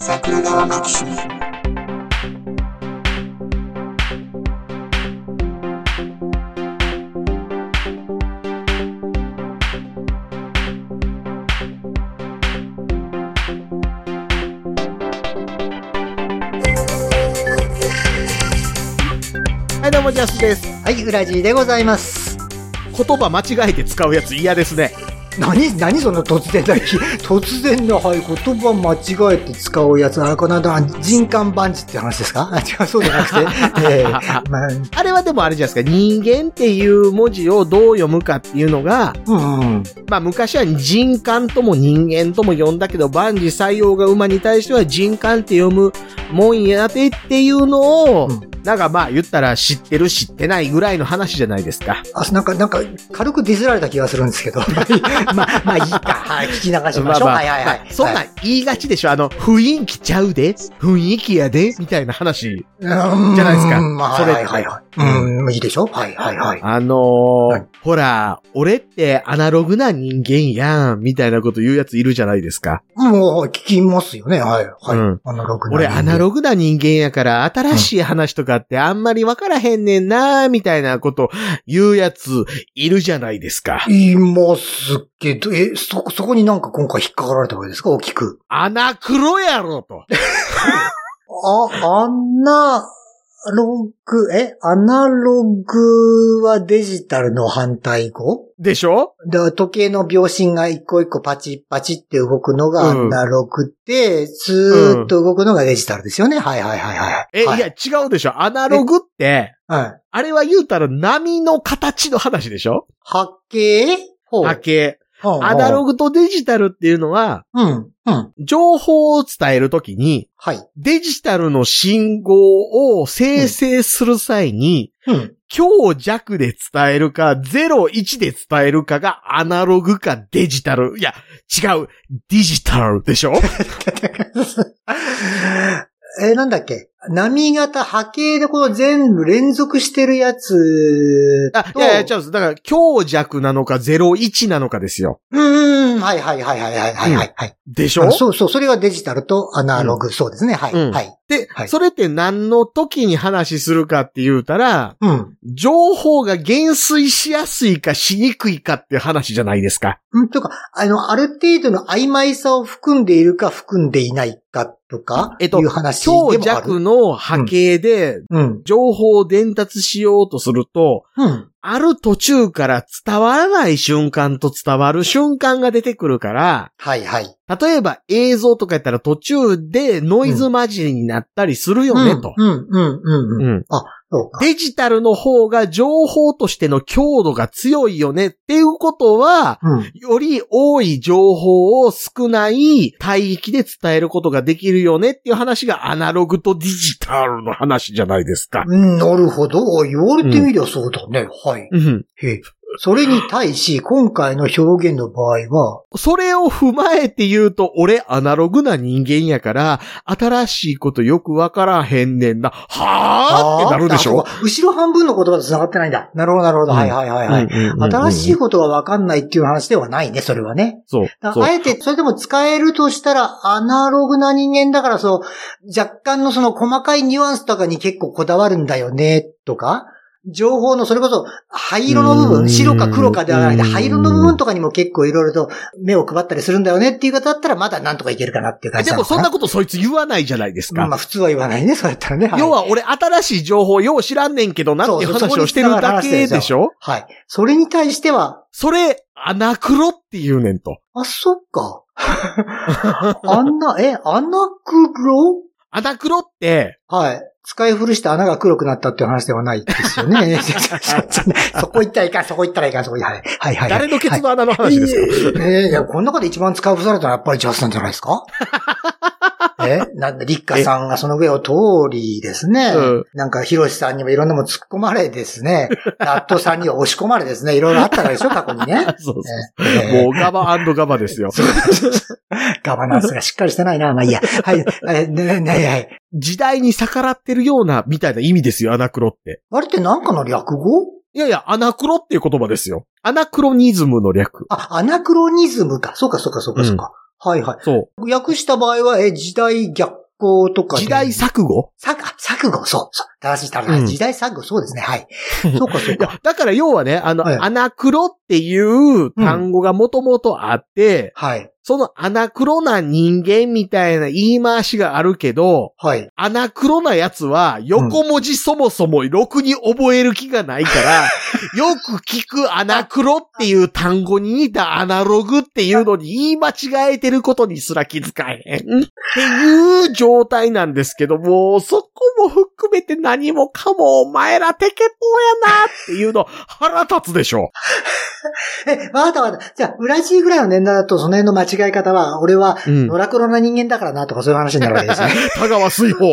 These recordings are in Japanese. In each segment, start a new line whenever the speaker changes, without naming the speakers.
桜川マキシム
はい、どうも、ジャスです。
はい、ウラジーでございます。
言葉間違えて使うやつ嫌ですね。
何、何その突然だ、突然の、はい、言葉間違えて使うやつ。あれかな、だ人間バンチって話ですかあ、 違う、そうじゃなくて。えーまあ
あれはでもあれじゃないですか、人間っていう文字をどう読むかっていうのが、
うんうん、
まあ昔は人間とも人間とも呼んだけど、万事採用が馬に対しては人間って読むもんやてっていうのを、
うん
なんかまあ言ったら知ってる知ってないぐらいの話じゃないですか。
あ、なんか、なんか、軽くディスられた気がするんですけ ど。まあ、まあいいか。はい、聞き流しましょう。
まあまあ
はいはいはい。
そんなん言いがちでしょあの、雰囲気ちゃうで雰囲気やでみたいな話。
うん
じゃないですか
まあ、
それ
はいはいはい。うん、いいでしょはいはいはい。
あのー
はい
ほら、俺ってアナログな人間やん、みたいなこと言うやついるじゃないですか。
もう、聞きますよね。はい、はい。
うん
アナログな
俺アナ
グ。
ログな人間やから、新しい話とかってあんまりわからへんねんな、みたいなこと言うやついるじゃないですか。
いますけど、え、そ、そこになんか今回引っかかられたわけですか大きく。
アナクロやろと。
あ、アナログ、え、アナログはデジタルの反対語
でしょ
だ時計の秒針が一個一個パチッパチって動くのがアナログで、ずーっと動くのがデジタルですよね。はいはいはいはい。
え、、
はい
や、違うでしょアナログって、
はい。
あれは言うたら波の形の話でしょ
波形ほう
波形。
ほうほう
アナログとデジタルっていうのは、
うん、うん。
情報を伝えるときに、
はい。
デジタルの信号を生成する際に、
うん。
強弱で伝えるか、01で伝えるかがアナログかデジタル。いや、違う。デジタルで しょ
え、なんだっけ波型、波形でこう全部連続してるやつと
あ、いやいや、違うんです。だから、強弱なのか01なのかですよ。
うーん、はいはいはいはいはいはいはいはい。
でし
あ
ょ
のそうそう、それがデジタルとアナログ、そうですね、はい、
うん
はい。
で、
はい
それって何の時に話するかって言うたら、
うん。
情報が減衰しやすいかしにくいかっていう話じゃないですか。
うん、とか、あの、ある程度の曖昧さを含んでいるか含んでいないかとか、
えっと
いう話でも
強
ある。
弱の波形で
うん。
情報を伝達しようとすると、
うん。
ある途中から伝わらない瞬間と伝わる瞬間が出てくるから、
はいはい。
例えば映像とかやったら途中でノイズ混じりになったりするよね、と。
うん、うん、うん、うん。
うん
そうか。
デジタルの方が情報としての強度が強いよねっていうことは、
うん。
より多い情報を少ない帯域で伝えることができるよねっていう話がアナログとデジタルの話じゃないですか。
うんなるほど。言われてみりゃそうだね。はい。
うん。
へそれに対し、今回の表現の場合は、
それを踏まえて言うと、俺アナログな人間やから、新しいことよくわからへんねんな。はぁーってなるでし
あー
ょ
あそうか後ろ半分の言葉と繋がってないんだ。なるほど、なるほど。
うん
はいはいはいはい。新しい
こ
ことが分かんないっていう話ではないね、それはね。
と。そう。
だ
そう
あえて、それでも使えるとしたら、アナログな人間だから、そう、若干のその細かいニュアンスとかに結構こだわるんだよね、とか、情報のそれこそ灰色の部
うーん
分、白か黒かではなくて、
うーん
灰色の部分とかにも結構いろいろと目を配ったりするんだよねっていう方だったら、まだなんとかいけるかなっていう
え
感じ
で
な
も
のか
そん
な。
なことそいつ言わないじゃないです
ま
か。
あ普通は言わないね、そうやったらね。はい
要は俺新しい情報よう知らんねんけどなっていう
そうそう
話をしてるだけで
そこに
し
繋
ょ
はい。それに対しては、
それ、アナクロって言うねんと。
あ、そっか。あんな、え、アナクロ
アナクロって、
はい。使い古して穴が黒くなったっていう話ではないですよ ね。 そこ行ったらいかん、そこ行ったらいかん、そこ行ったらいかん。はいはいはい。
誰のケツ
の
の穴の話ですか、
かえーいや、この中で一番使い古されたのはやっぱりジャスなんじゃないで すかえなんで、立花さんがその上を通りですね。
うん
なんか、ヒロシさんにもいろんなもん突っ込まれですね。納豆さんには押し込まれですね。いろいろあったからでしょ、過去にね。
そうそうそ
えー
う。もうガバガバです よ。
ガバナンスがしっかりしてないな。まあいいや。はい。えねねねはい。
時代に逆らってるような、みたいな意味ですよ、アナクロって。
あれってなんかの略語
いやいや、アナクロっていう言葉ですよ。アナクロニズムの略。
あ、アナクロニズムか。そうか、そうか、そうか、そうか。はいは
そ
い。訳した場合は、え、時代逆行と
う。
かで。
時代錯誤
さあ錯誤、そう、そう。正しい、正し
うん
い。時代錯誤、そうですね。はい。 そうか、そう
いや
か。、
だから要はね、あの、
はい
アナクロっていう単語がもともとあって、
はい。
そのアナクロな人間みたいな言い回しがあるけど、
はい。
アナクロなやつは横文字そもそもろくに覚える気がないから、 よく聞くアナクロっていう単語に似たアナログっていうのに言い間違えてることにすら気づかへんっていう状態なんですけども、そこも含めて何もかもお前らテケポーやなっていうの腹立つでしょ。
え、わかったわかった。じゃあ、裏地ぐらいの年代だと、その辺の間違い方は、俺は、
うん
ノ。ラクロな人間だからな、とかそういう話になるわけ ですね。
田川水宝。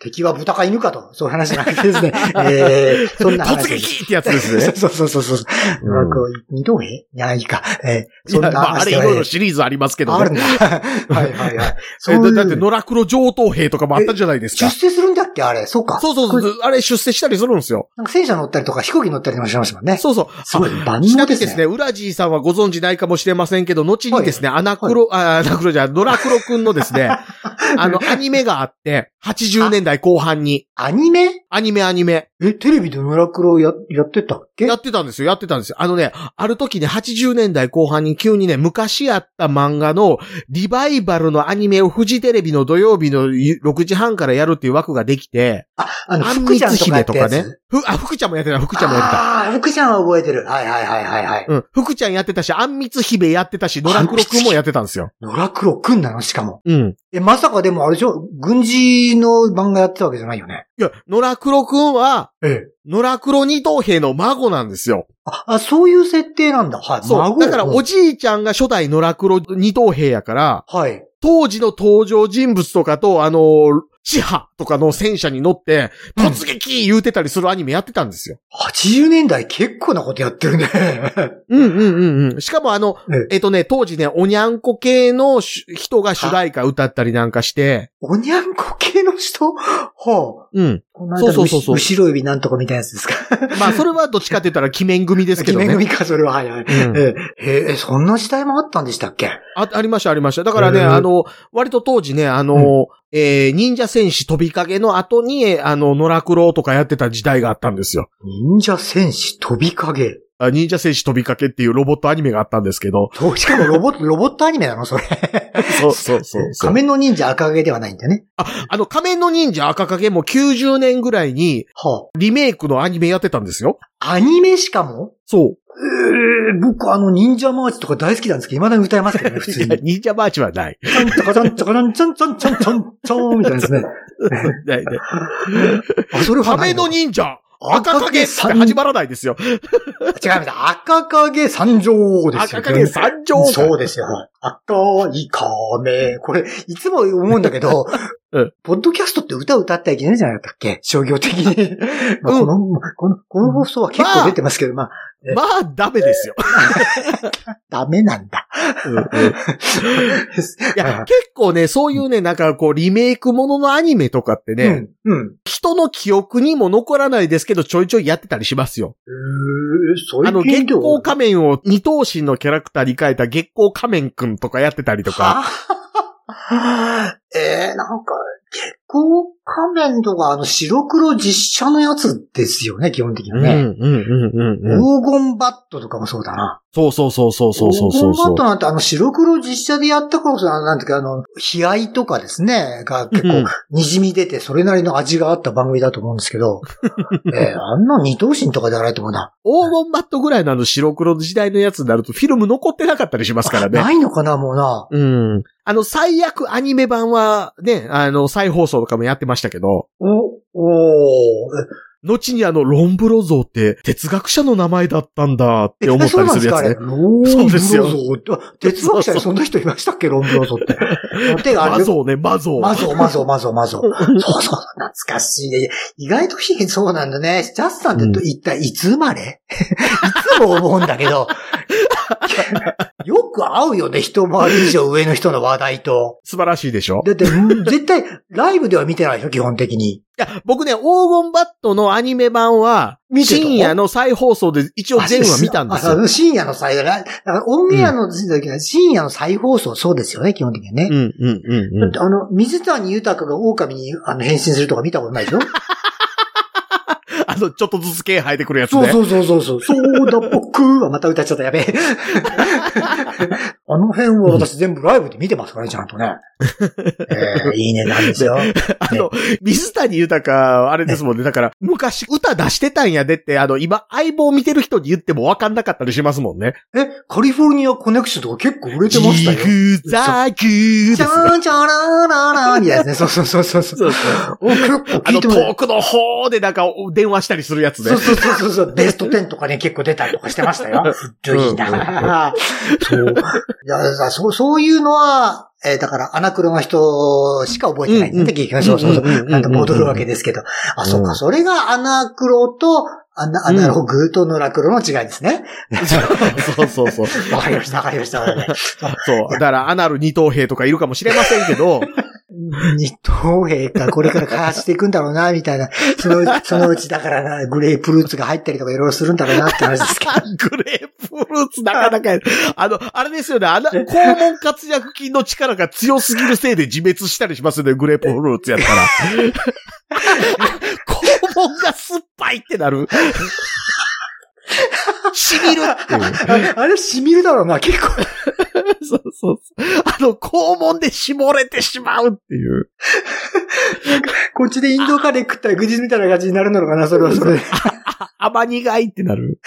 敵は豚か犬かと、そういう話なわけですね。えー、そんな話
突
です。
撃ってやつですね。
そうそうそうそうそう。
うん
なんか、二度目いや、いいか。えー、そん
いやま
な
あ、あ
話
れい
では
ろい
ね
ろシリーズありますけど
あるん
ね。
だ。 はいはいはい。そ
え
うい
だ
う
だって、野良黒上等兵とかもあったじゃないです
出
か。
世するんだっけあれ。そうか。
そうそうそう、あれ出世したりするんですよ。
なんか戦車乗ったりとか飛行機乗ったりもしましたもんね。
そうそう。
すごい万
ちな
能
みに
です
で
ね。
すね、ウラジーさんはご存知ないかもしれませんけど、後にですね、アナクロ、あ、アナクロじゃない、野良黒くんのです ね、あの、アニメがあって、80年代後半に、
アニメ
アニメアニメ、
え、テレビでノラクロや、やってたっけ
やってたんですよ、やってたんですよ。あのね、ある時ね、80年代後半に急にね、昔あった漫画のリバイバルのアニメをフジテレビの土曜日の6時半からやるっていう枠ができて、
あ、あの、
あん
福
み
ちゃん
つ
とか
姫
やった
と
や
か
つ。
ね。ふ、あ、福ちゃんもやってた、福ちゃんもやってた。
ああ、福ちゃんは覚えてる。はいはいはいはいはい。
うん。福ちゃんやってたし、あんみつ姫やってたし、野良黒くんもやってたんですよ。
ノラクロくんなのしかも。
うん。
え、まさかでもあれでしょ軍事の漫画やってたわけじゃないよね。
いや、野良黒くんは、
ええ。
野良黒二等兵の孫なんですよ。
あ、あそういう設定なんだ。はい。
そう。
孫
だから、お
うん
じいちゃんが初代野良黒二等兵やから、
はい。
当時の登場人物とかと、あのー、シハとかの戦車に乗って、
うん
突撃言うてたりするアニメやってたんですよ。
80年代結構なことやってるね。
うんうんうんうん。しかもあの、
え
えっとね、当時ね、おにゃんこ系のし人が主題歌歌ったりなんかして、
おにゃんこ系の人はあ、
うん。
この間
そう
の
そうそうそう
後後ろ指なんとかみたいなやつですか。
まあ、それはどっちかって言ったら、鬼面組ですけど
決め
ね。
組か、それは。はいはい。
うん
ええ、へえ、そんな時代もあったんでしたっけ
あ、ありました、ありました。だからね、
へー
あの、割と当時ね、あの、えー忍者戦士飛びかけの後に、えーあの、野良苦労とかやってた時代があったんですよ。
忍者戦士飛び影。
あ忍者戦士飛びかけっていうロボットアニメがあったんですけど。
としか もロボット、ロボットアニメなのそれ。
そうそう そう
仮面の忍者赤影ではないんだよね。
あの、仮面の忍者赤影も90年ぐらいに
は
リメイクのアニメやってたんですよ。
あ、アニメしかも
そう。
ええ僕あの忍者マーチとか大好きなんですけど、未だに歌えますけどね、普通
い
に
や。忍者マーチはない。
ちゃんちゃかちゃんちゃかちゃんちゃんちゃんちゃんちゃんちゃんみたいなですね。
ないない
あ、それ は
仮
ない
面
の
の忍者赤影って
三
始まらないですよ。
違います。赤影三条王ですよ、
赤影三条王
そうですよ。赤い亀。これ、いつも思うんだけど、
うん
ポッドキャストって歌歌ったらいけないんじゃなかったっけ商業的に。まあこの、この、この放送は結構出てますけど、まあ、
まあ、ダメですよ。
ダメなんだ。
いや、結構ね、そういうね、なんかこう、リメイクもののアニメとかって ね、
うん。うん。
人の記憶にも残らないですけど、ちょいちょいやってたりしますよ。
えー、そうい
あ
う
の、
原
月
料
光仮面を二等身のキャラクターに変えた月光仮面くんとかやってたりとか。
はあ。 えー、なんか、結構仮面とか、あの、白黒実写のやつですよね、基本的に
う
は
ん、うん、
ね。
うん、うん、うん。
黄金バットとかもそうだな。
そうそうそうそうそうそうそう
黄金バ
そ
ッ
う
ト。なんて、あの、白黒実写でやった頃さ、なんていうか、あの、悲哀とかですね、が結
うん
構、滲み出て、それなりの味があった番組だと思うんです けど、えー、あんな二等身とかでやられてもな、
黄金バットぐらいのあの白黒時代のやつになるとフィルム残ってなかったりしますからね。
ないのかな、もうな。
うん。あの、最悪アニメ版はね、あの、再放送とかもやってましたけど、
お、おー、
後にあの、ロンブロ像って哲学者の名前だったんだって
え
思ったりするやつ ね。
そう
そ
なん
うで
ですす
よ
かね。ローブロゾーって。あ哲学者にそんな人いましたっけロンブロゾー って。手があ
魔
れ。
像ね、魔像。
マゾー、マゾー、マゾー、マゾー。そうそう、懐かしいね。意外とひそうなんだね。ジャスさんって一体いつ生まれ、いつも思うんだけど。 よく合うよね、一回り以上上の人の話題と。
素晴らしいでしょ
だって、うん絶対、ライブでは見てないでしょ、基本的に。
僕ね、黄金バットのアニメ版は、
見てた
深夜の再放送で一応全話見たんです
あ
よ。
そう深夜の再、だからオンエアの時だけは深夜の再放送、そうですよね、基本的にはね
う。ん、うん、うん、う
だっ
ん
て。あの、水谷豊が狼にあの変身するとか見たことないでしょ
あの、ちょっとずつ毛生えてくるやつね。
そうそうそうそうそう。そうだ僕はまた歌っちゃった、やべえ。あの辺は私全部ライブで見てますからね、ちゃんとね。えーいいねなんですよ。
あの、水谷豊、あれですもんね。だから、昔歌出してたんやでって、あの、今、相棒見てる人に言っても分かんなかったりしますもんね。
え、カリフォルニアコネクションとか結構売れてましたよ。
ジグザグです
チ
よ。
ャーンチャラーラーラーみたいなやつね。そうそうそうそうそう。
そうそう
お結構
あ
聞い
の、
てもらえ
遠くの方でなんか電話したりするやつね
そう。そうそうそうそう、ベスト10とかね、結構出たりとかしてましたよ。古いなぁそう。いや、だからそう、そういうのは、えーだから、アナクロの人しか覚えてないんで、
うんう
結局、そうそうそう。
うんうんうんうん
なんか戻るわけですけど。あ、そうか、それがアナクロと、アナアナログとノラクロの違いですね。
そうそうそう。そう。
わかりました、わかりました。わかりまし
だから、アナル二等兵とかいるかもしれませんけど、
た二等兵か、これから開発していくんだろうな、みたいな。そのうち、そのうちだからな、グレープフルーツが入ったりとかいろいろするんだろうなって話ですけど。
グレープフルーツなかなかや、あの、あれですよね、あの、肛門活躍筋の力が強すぎるせいで自滅したりしますよね、グレープフルーツやったら。肛門が酸っぱいってなる。しみるっていう。
ああれ、染みるだろうな、結構。
そうそうそう。あの、肛門で絞れてしまうっていう。
こっちでインドカレー食ったら愚痴みたいな感じになるのかな、それはそれで。
甘苦いってなる。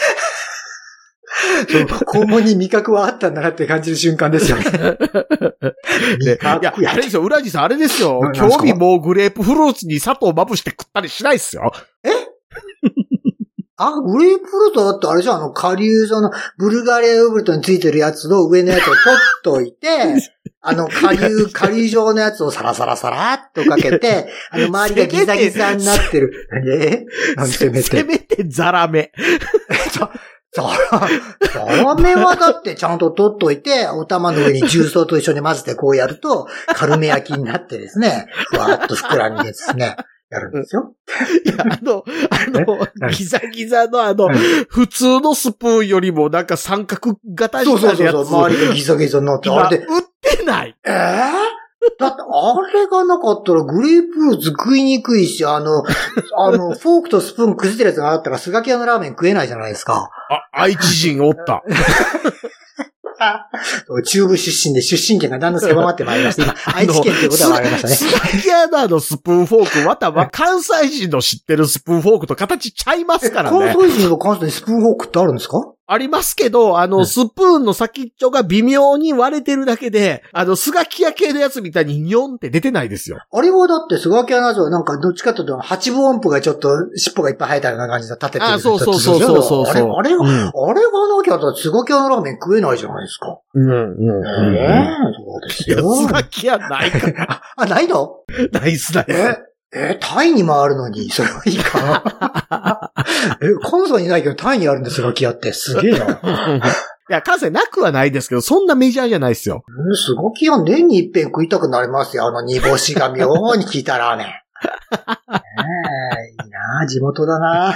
肛門に味覚はあったんだなって感じる瞬間 ですよね。味
いや、
覚や
あれですよ、裏地さん、あれですよ
な。なんす
興
か
味もうグレープフルーツに砂糖まぶして食ったりしないっすよ。
あ、グレープフルートだってあれじゃん、あの、下流その、ブルガリアヨーグルトについてるやつの上のやつを取っとい て、あの、下流、下流状のやつをサラサラサラっとかけて、あの、周りがギザギザになって る。えなんて
せ
めて
せ。めてザラメ。
ザラ、ザラメはだってちゃんと取っといて、お玉の上に重曹と一緒に混ぜてこうやると、カルメ焼きになってですね、ふわーっと膨らんでですね、やるんですよ。
いや、 あの、あの、
何
ギザギザのあの
うん、
普通のスプーンよりもなんか三角型
そう
に
そ
な
う
る
そう
や
そう、
つ。
周りがギザギザになって、
今、
あ
売
れ
っ
で、
てない。
えーだって、あれがなかったらグレープフルーツ食いにくいし、あの、あの、フォークとスプーンくじってるやつがあったら、スガキ屋のラーメン食えないじゃないですか。
あ、愛知人お った。
中部出身で出身県がだんだん狭まってまいりました。今、愛知県ということは分かりましたね。
スラギアナのスプーンフォーク、または関西人の知ってるスプーンフォークと形ちゃいますからね。
関西人は関西にスプーンフォークってあるんですか
ありますけど、あ
う
の、
ん
スプーンの先っちょが微妙に割れてるだけで、あの、スガキヤ系のやつみたいにニョンって出てないですよ。
あれはだって、スガキアナズはなんか、どっちかというと、八分音符がちょっと、尻尾がいっぱい生えたような感じで立ててる
あそうそうそうそうそう
あれ、あれ
う
が、
ん。
あれがなきゃ、だってスガキアナラーメン食えないじゃないですか。
うん。
ええそうです
いや、
よ。
スガキヤないか。
あ、あないの
ナイスナイ
え
ス。、
え、タイにもあるのに、それはいいかな。 え、関西にないけど、タイにあるんです、スガキアって。すげえな。
いや、関西なくはないですけど、そんなメジャーじゃないですよ。
うんスガキア年に一遍食いたくなりますよ。あの煮干しが妙に効い たラーメン。ねえいいなあ地元だなあ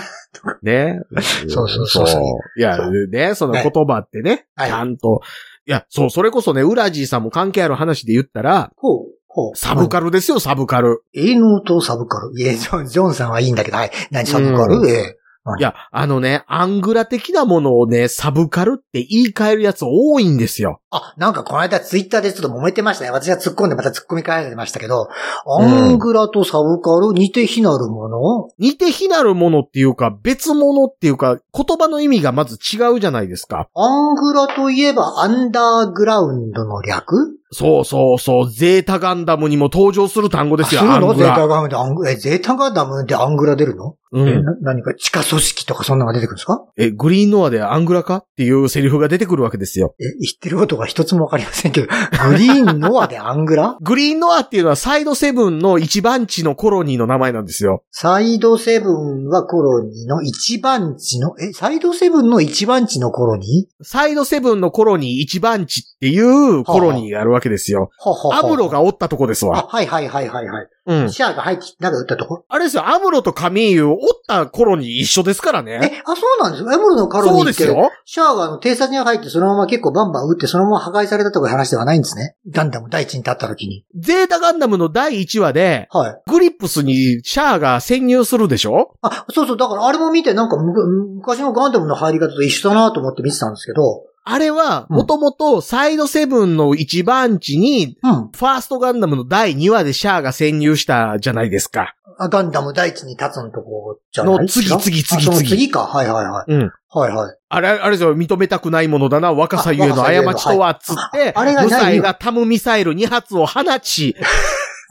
ね。
そうそうそうそう
いや
そ、
ね、その言葉ってね、
はい
ちゃんと。いや、そう、それこそね、ウラジーさんも関係ある話で言ったら、
ほう、ほう。
サブカルですよ、サブカル。
ル。営農とサブカル。いえ、ジョン、ジョンさんはいいんだけど、はい。何サブカル、
うん
ええ
いや、あのね、アングラ的なものをね、サブカルって言い換えるやつ多いんですよ。
あ、なんかこの間ツイッターでちょっと揉めてましたね。私が突っ込んでまた突っ込み返られましたけど、アングラとサブカル、似て非なるもの
似て非なるものっていうか、別物っていうか、言葉の意味がまず違うじゃないですか。
アングラといえばアンダーグラウンドの略
そうそうそう、ゼータガンダムにも登場する単語ですよ、
あ
ア
るの
ング
ゼータ
ラ。
ガンダムで、え、ゼータガンダムでアングラ出るの
う
え
ん。
な何か地下組織とかそんなのが出てくるんですか
え、グリーンノアでアングラかっていうセリフが出てくるわけですよ。
え、言ってることが一つもわかりませんけど、グリーンノアでアングラ
グリーンノアっていうのはサイドセブンの一番地のコロニーの名前なんですよ。
サイドセブンはコロニーの一番地の、え、サイドセブンの一番地のコロニー
サイドセブンのコロニー一番地っていうコロニーがあるわけですよ。
はは
アムロ。がおったとこですわ。
あ、はいはいはいはいはい。
うん。
シャアが入ってきて中で撃ったとこ
あれですよ、アムロとカミーユ、おった頃に一緒ですからね。
え、あ、そうなんですよ。エムロのカロニー
そう
っ
です
て。
よ。
シャアがあの偵察に入ってそのまま結構バンバン撃ってそのまま破壊されたとかいう話ではないんですね。ガンダム第一に立った時に。
ゼータガンダムの第1話で、
はい。
グリップスにシャアが潜入するでしょ
あ、そうそう、だからあれも見てなんかむ昔のガンダムの入り方と一緒だなと思って見てたんですけど。
あれは、
うん
もともとサイドセブンの一番地に、
うん。
ファーストガンダムの第2話でシャアが潜入したじゃないですか。
あガンダム第一に立つのとこじゃないですか
の次次次
あその
次
次か。はいはいはい。
うん。
はいはい。
あれ、あれですよ、認めたくないものだな、若さゆえの過ちとは、つって、
ああれが
無
ない
罪がタムミサイル2発を放 ち、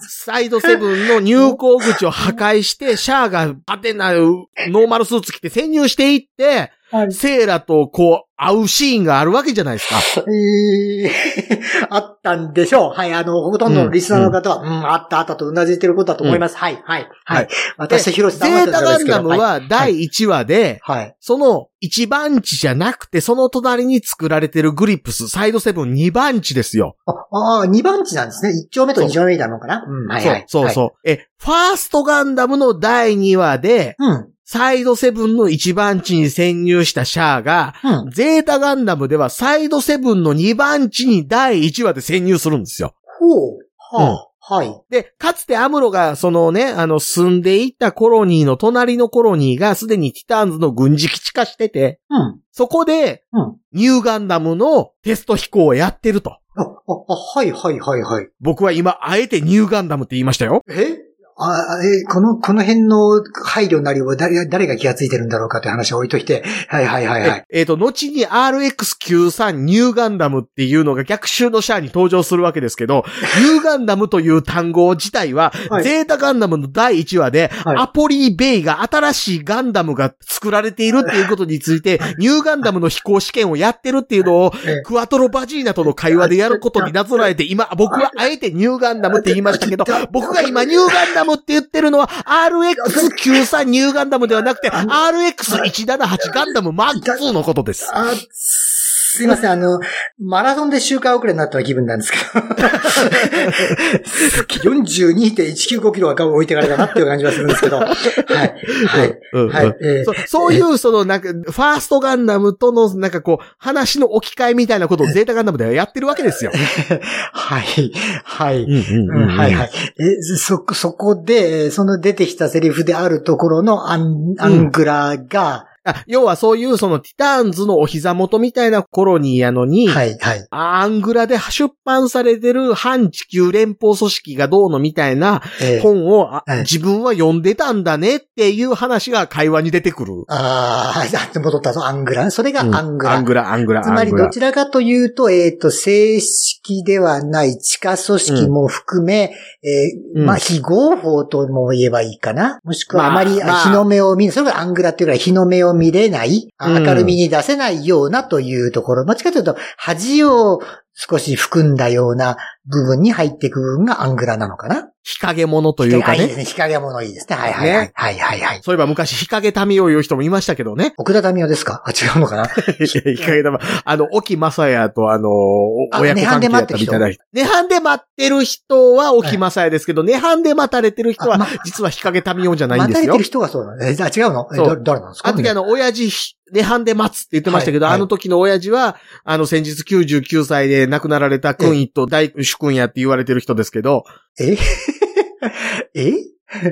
サイドセブンの入港口を破壊して、シャアが派手なノーマルスーツ着て潜入していって、
はい
セーラとこう、会うシーンがあるわけじゃないで すか。
えー あったんでしょう。はい、あの、ほとんどのリスナーの方は、うん、あったあったとうなずいてることだと思います。はい、はい、は
はい
い。私とヒロシ
ゼ
さんは
ータガンダム
はい
は第1話で、
はい。
その1番地じゃなくて、その隣に作られてるグリップス、サイドセブン2番地ですよ。
ああー、二番地なんですね。一丁目と
そう
二丁目みたいなのかなうん、はい、はい。
そうそうそう、え、ファーストガンダムの第2話で、
はい。うん。
サイドセブンの1番地に潜入したシャアが、
うん。
ゼータガンダムではサイドセブンの2番地に第1話で潜入するんですよ。
ほう。はあ、はい。
で、かつてアムロが、そのね、あの、住んでいたコロニーの隣のコロニーがすでにティターンズの軍事基地化してて、
うん。
そこで、
うん。
ニューガンダムのテスト飛行をやってると。
あ、あ、あはい、はい、はい、はい。
僕は今、あえてニューガンダムって言いましたよ。
えあえこの、この辺の配慮なりを誰が誰が気がついてるんだろうかって話は置いといて。はい、はい、はい、はい。
えっ、と、後に RX93 ニューガンダムっていうのが逆襲のシャアに登場するわけですけど、ニューガンダムという単語自体は、
はい
ゼータガンダムの第1話で、
はい
アポリー・ベイが新しいガンダムが作られているっていうことについて、ニューガンダムの飛行試験をやってるっていうのを
ええ、
クワトロ・バジーナとの会話でやることになぞらえて、今、僕はあえてニューガンダムって言いましたけど、僕が今ニューガンダムって言ってるのは、RX93 ニューガンダムではなくて、RX178 ガンダムマーク2のことです。
あ、すいません、あの、マラソンで周回遅れになった気分なんですけど。42.195キロは顔置いてからだなっていう感じはするんですけど。はい。はい。
うん
はい。えー
そそういう、その、なんか、ファーストガンダムとの、なんかこう、話の置き換えみたいなことをゼータガンダムではやってるわけですよ。
はい。はい。
ん
うんはいはい。え、そ、そこで、えーその出てきたセリフであるところのアン、アングラが、
あ要はそういう、その、ティターンズのお膝元みたいなコロニーやのに、
はい、はい。
アングラで出版されてる反地球連邦組織がどうのみたいな
えー
本を、あ
はい
自分は読んでたんだねっていう話が会話に出てくる。
あーあ、戻ったぞ、アングラ。それがアングラ。
アングラ、アングラ、
つまり、どちらかというと、えっ、と、正式ではない地下組織も含め、えー
うん
まあ、非合法とも言えばいいかな。もしくは、あ
まあ
まり
まあ
日の目を見、それがアングラっていうのは日の目を見れない、
うん
明るみに出せないようなというところ。どっちかというと、恥を少し含んだような部分に入っていく部分がアングラなのかな。
日陰者というか
あいいで
ね。
すね。日陰ものいいですね。はいはいはい。
ね
はいはいはい。
そういえば昔、日陰民を言う人もいましたけどね。
奥田民生ですかあ、違うのかな
いや、いかげあの、沖正也とあの、お
あ
親子関係だったみたいな。涅槃で待ってる人は沖正也ですけど、涅槃で待たれてる人
あ
は
ま、
実は日陰民音じゃないん
待
で
た
す
れて
よ
る。人がそうなのえ、じゃあ違うのえ
そう
だ誰なんですか
あの時あの、親父、涅槃で待つって言ってましたけど、
はいはい
あの時の親父は、あの、先日99歳で亡くなられた君一と大主君やって言われてる人ですけど、
え え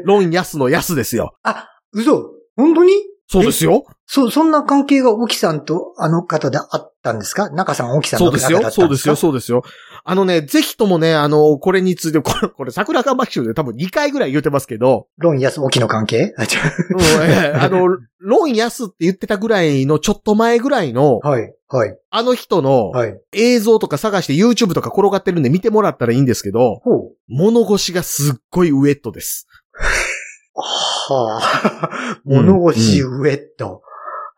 ロン安の安ですよ。
あ、嘘本当に
そうですよ。
そ、そんな関係が沖さんとあの方であったんですか中さん、沖さん
そ
の
うで
方
す
だ
よ。
った
そうん
で
ですす
か
よ。そうですよ。あのね、ぜひともね、あの、これについて、これ、これ桜川爆笑で多分2回ぐらい言ってますけど、
ロン、ヤス、沖の関係あ、違
うんええあの、ロン安って言ってたぐらいのちょっと前ぐらいの
う。、はい、はい、
あの人の
はい。
映像とか探して YouTube とか転がってるんで見てもらったらいいんですけど、
ほう。
物腰がすっごいウエットです。
はあ。物腰ウエット。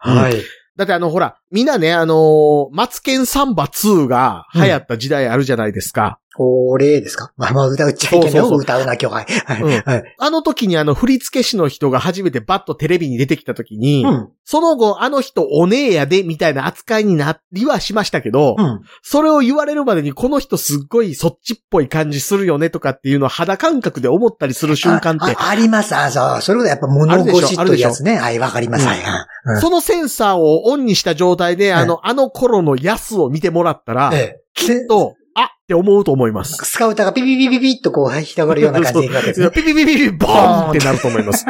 うん
はい。
だってあの、ほら、みんなね、あのー、マツケンサンバ2が流行った時代あるじゃないですか。
これですかまあまあ歌うっちゃいけないよ。歌うな、今日は。はい。
うん
はい。
あの時にあの振付師の人が初めてバッとテレビに出てきた時に、
うん。
その後あの人お姉やでみたいな扱いになりはしましたけど、
うん。
それを言われるまでにこの人すっごいそっちっぽい感じするよねとかっていうのを肌感覚で思ったりする瞬間って、
あああります。あ、そう。それこそやっぱ物腰
あ
と
る
いう
でしょ
やつね。はい、わかります。はい。うん
そのセンサーをオンにした状態で、あの、あの頃の安を見てもらったら、
ええ。で
と、あって思うと思います。
スカウターがピピピピピッとこう、はい広がるような感じでいくわけですね。
ピピピピピ、ボーンってなると思います。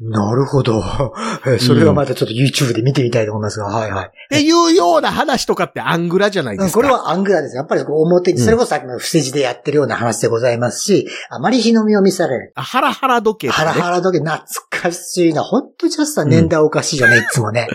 なるほど。えそれはまたちょっと YouTube で見てみたいと思いますが、はいはい。
っていうような話とかってアングラじゃないですか。
これはアングラです。やっぱりこう表に、
うん
それこそさっきの伏せ字でやってるような話でございますし、あまり日の目を見せられない。
あ、ハラハラ時計、ね。
ハラハラ時計懐かしいな。ほんとジャスさん年代おかしいじゃない、いつも ね。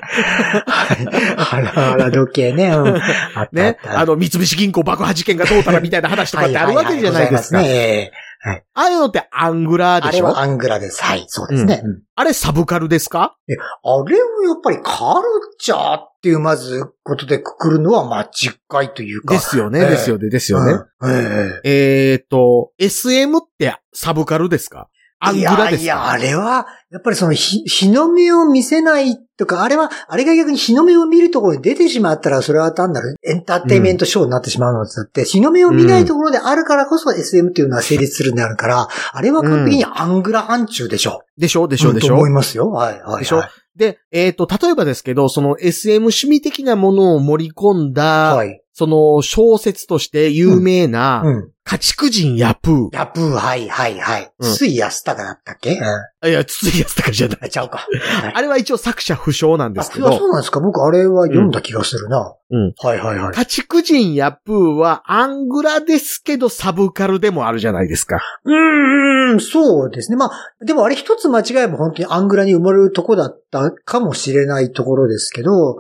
はいハラハラ時計ね。うん、あったあっ
ね。
た
あの、三菱銀行爆破事件がどうたらみたいな話とかってあるわけじゃないですか。
はははございますねええ
ああいうのってアングラ
あ
で
れ
しょ
は
あ
アングラです。はい、そうですね。うん
れサブカルですか
あれをやっぱりカルチャーっていうまずことでくくるのは間違いというか。
ですよね、
ええ
ですよね、ですよね。
うんええ
えーっと、SM ってサブカルですかアングラですか
いやいや、あれは、やっぱりその日、日の目を見せないとか、あれは、あれが逆に日の目を見るところに出てしまったら、それは単なるエンターテインメントショーになってしまうのだって、日の目を見ないところであるからこそ SM っていうのは成立するんであるから、あれは完璧にアングラ範疇でしょ。
でしょでしょ
うん
でし
と
ょ
思いますよ。はい、はいはい。
でしょで、えーっと、例えばですけど、その SM 趣味的なものを盛り込んだ、
はい。
その小説として有名な、
うん。
家畜人ヤプー。
ラプー、はい、はい、はい。
うん
水安高だったっけう
あいや、筒井康隆じゃない。
ん。ちゃうか。
あれは一応作者不詳なんですけ
あそ
ど、
うなんですか僕、あれは読んだ気がするな。
うん。
はい、はい、はい。
家畜人ヤプーはアングラですけどサブカルでもあるじゃないですか。
うーん、そうですね。まあ、でもあれ一つ間違えば本当にアングラに埋まるとこだったかもしれないところですけど、
う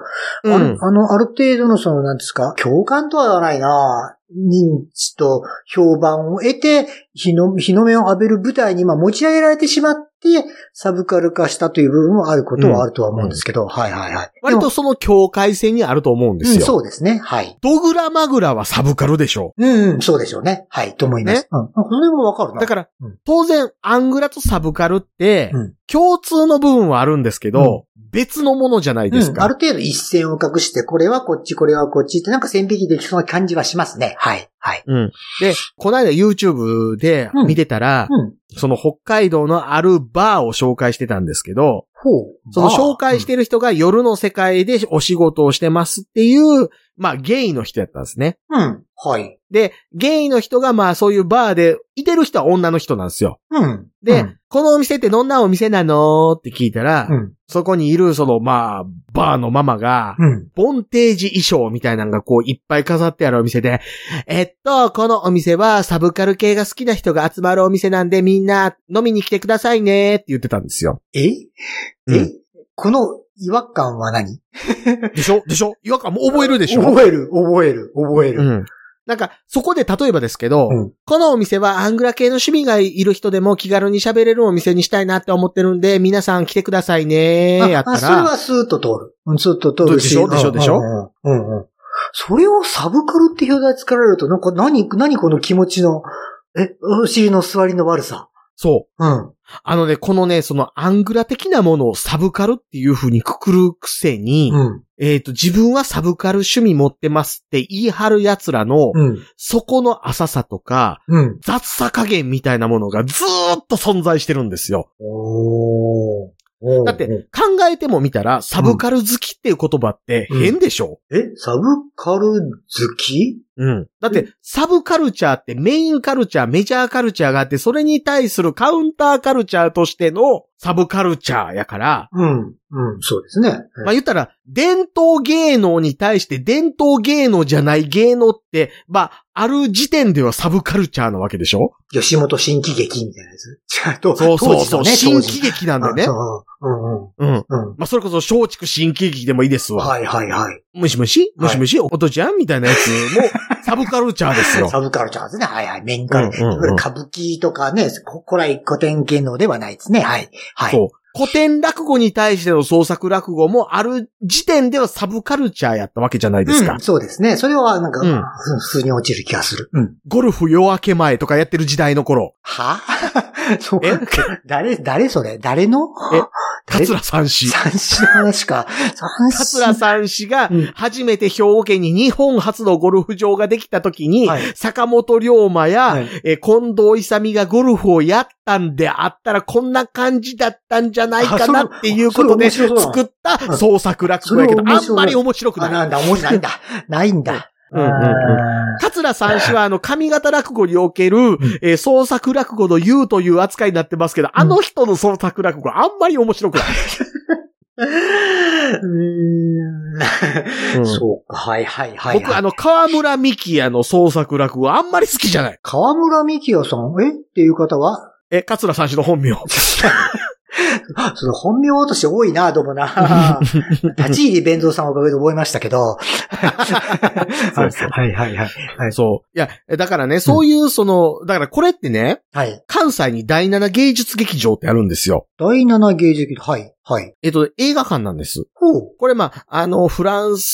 あの
ん、。
あのある程度のその、なんですか、共感とは言わないな認知と評判を得て、日の、日の目を浴びる舞台に今持ち上げられてしまって、サブカル化したという部分もあることはあるとは思うんですけど、はいはいはい。
割
でも
とその境界線にあると思うんです
うん、
よ。
そうですね。はい。
ドグラマグラはサブカルでしょ
うん、うん、そうでしょうね。はい、と思います。
ね
うん。それもわかる
う。
な。
だから
うん、
当然、アングラとサブカルって
うん、
共通の部分はあるんですけど、別のものじゃないです
うん、あ
か。
る程度一線を隠して、これはこっち、これはこっちって、なんか線引きできそうな感じはしますね。はい。はい。
うん。で、この間 YouTube で見てたら、
うん。
その北海道のあるバーを紹介してたんですけど、
ほう。
その紹介してる人が夜の世界でお仕事をしてますっていう、まあゲイの人やったんですね。
まあ。うん。はい。
で、ゲイの人がまあそういうバーで、いてる人は女の人なんですよ。
うん。
で、
うん
このお店ってどんなお店なのって聞いたら、
うん。
そこにいるそのまあ、バーのママが、
うん。
ボンテージ衣装みたいなのがこういっぱい飾ってあるお店で、えっと、このお店はサブカル系が好きな人が集まるお店なんでみんな飲みに来てくださいねって言ってたんですよ。
ええ、
うん
この違和感は何
でしょでしょ違和感もう覚えるでしょ
覚える、覚える、覚える。
うん。なんか、そこで例えばですけど、
うん
このお店はアングラ系の趣味がいる人でも気軽に喋れるお店にしたいなって思ってるんで、皆さん来てくださいね
あ
やった
あそれ
ら、
はスーッと通る。うん、スーッと通るし。
でしょでしょでしょ
うんうんうんうん。それをサブカルって表題作られると、なんか何、何この気持ちの、え、お尻の座りの悪さ。
そう。
うん。
あのね、このね、そのアングラ的なものをサブカルっていう風にくくるくせに、
うん。
えっ、と、自分はサブカル趣味持ってますって言い張る奴らの、
うん。
底の浅さとか、
うん。
雑さ加減みたいなものがずーっと存在してるんですよ。
おー
だって、考えてもみたら、サブカル好きっていう言葉って変でしょ、
え、サブカル好き
うん。だって、サブカルチャーってメインカルチャー、メジャーカルチャーがあって、それに対するカウンターカルチャーとしてのサブカルチャーやから、
うん。うん、そうですね。
まあ言ったら、伝統芸能に対して伝統芸能じゃない芸能って、まあ、ある時点ではサブカルチャーなわけでしょ
吉本新喜劇みたいなやつ。 違うと、
そうそうそう、
当時の
新
ね、
喜劇な
なん
でね。
うんうん
うん。
うん。うん
まあ、それこそ、松竹新喜劇でもいいですわ。
はいはいはい。
もしもしもしもし、おとちゃんみたいなやつ も、サブカルチャーですよ。
サブカルチャーですね。はいはい。メインカル。
うんうんうん
いわゆる歌舞伎とかね、古来古典芸能ではないですね。はい。はい。
そう。古典落語に対しての創作落語もある時点ではサブカルチャーやったわけじゃないですか。
うんそうですね。それはなんか、
うん
ふ腑に落ちる気がする。うん。
ゴルフ夜明け前とかやってる時代の頃、
は そう
え
誰、誰それ誰の
え
誰
桂三氏。
三子の話か。三子。
桂三氏が
うん
初めて兵庫県に日本初のゴルフ場ができた時に、
はい
坂本龍馬や、
はい
えー近藤勇がゴルフをやったんであったらこんな感じだったんじゃないかなっていうことで
あそれそれ面白そう
作った創作落語やけど、
うん
あ
そ
ん
れ面白い
まり面白く
あ、
ない。
なんだ、面白いんだ。ないんだ。
うんうん
あ
桂三氏はあの、上方落語における、えー創作落語の優という扱いになってますけど、あの人の創作落語あんまり面白くない。
ーうー。
うんん
そうか、はいはいはいはい。
僕あの、河村幹也の創作落語あんまり好きじゃない。
河村美希也さん、えっていう方は
え、桂三氏の本 名。
その本名落とし多いな、どうもな。立ち入り弁蔵さんのおかげで覚えましたけ
そ
ど。
う そう
はいはいはい。はい。
そう。いや、だからね、そういうその、だからこれってね、
はい。
関西に第七芸術劇場ってあるんですよ。
第七芸術、はい。はい。
えっと、映画館なんです。
ほう。
これ、まあ、あの、フランス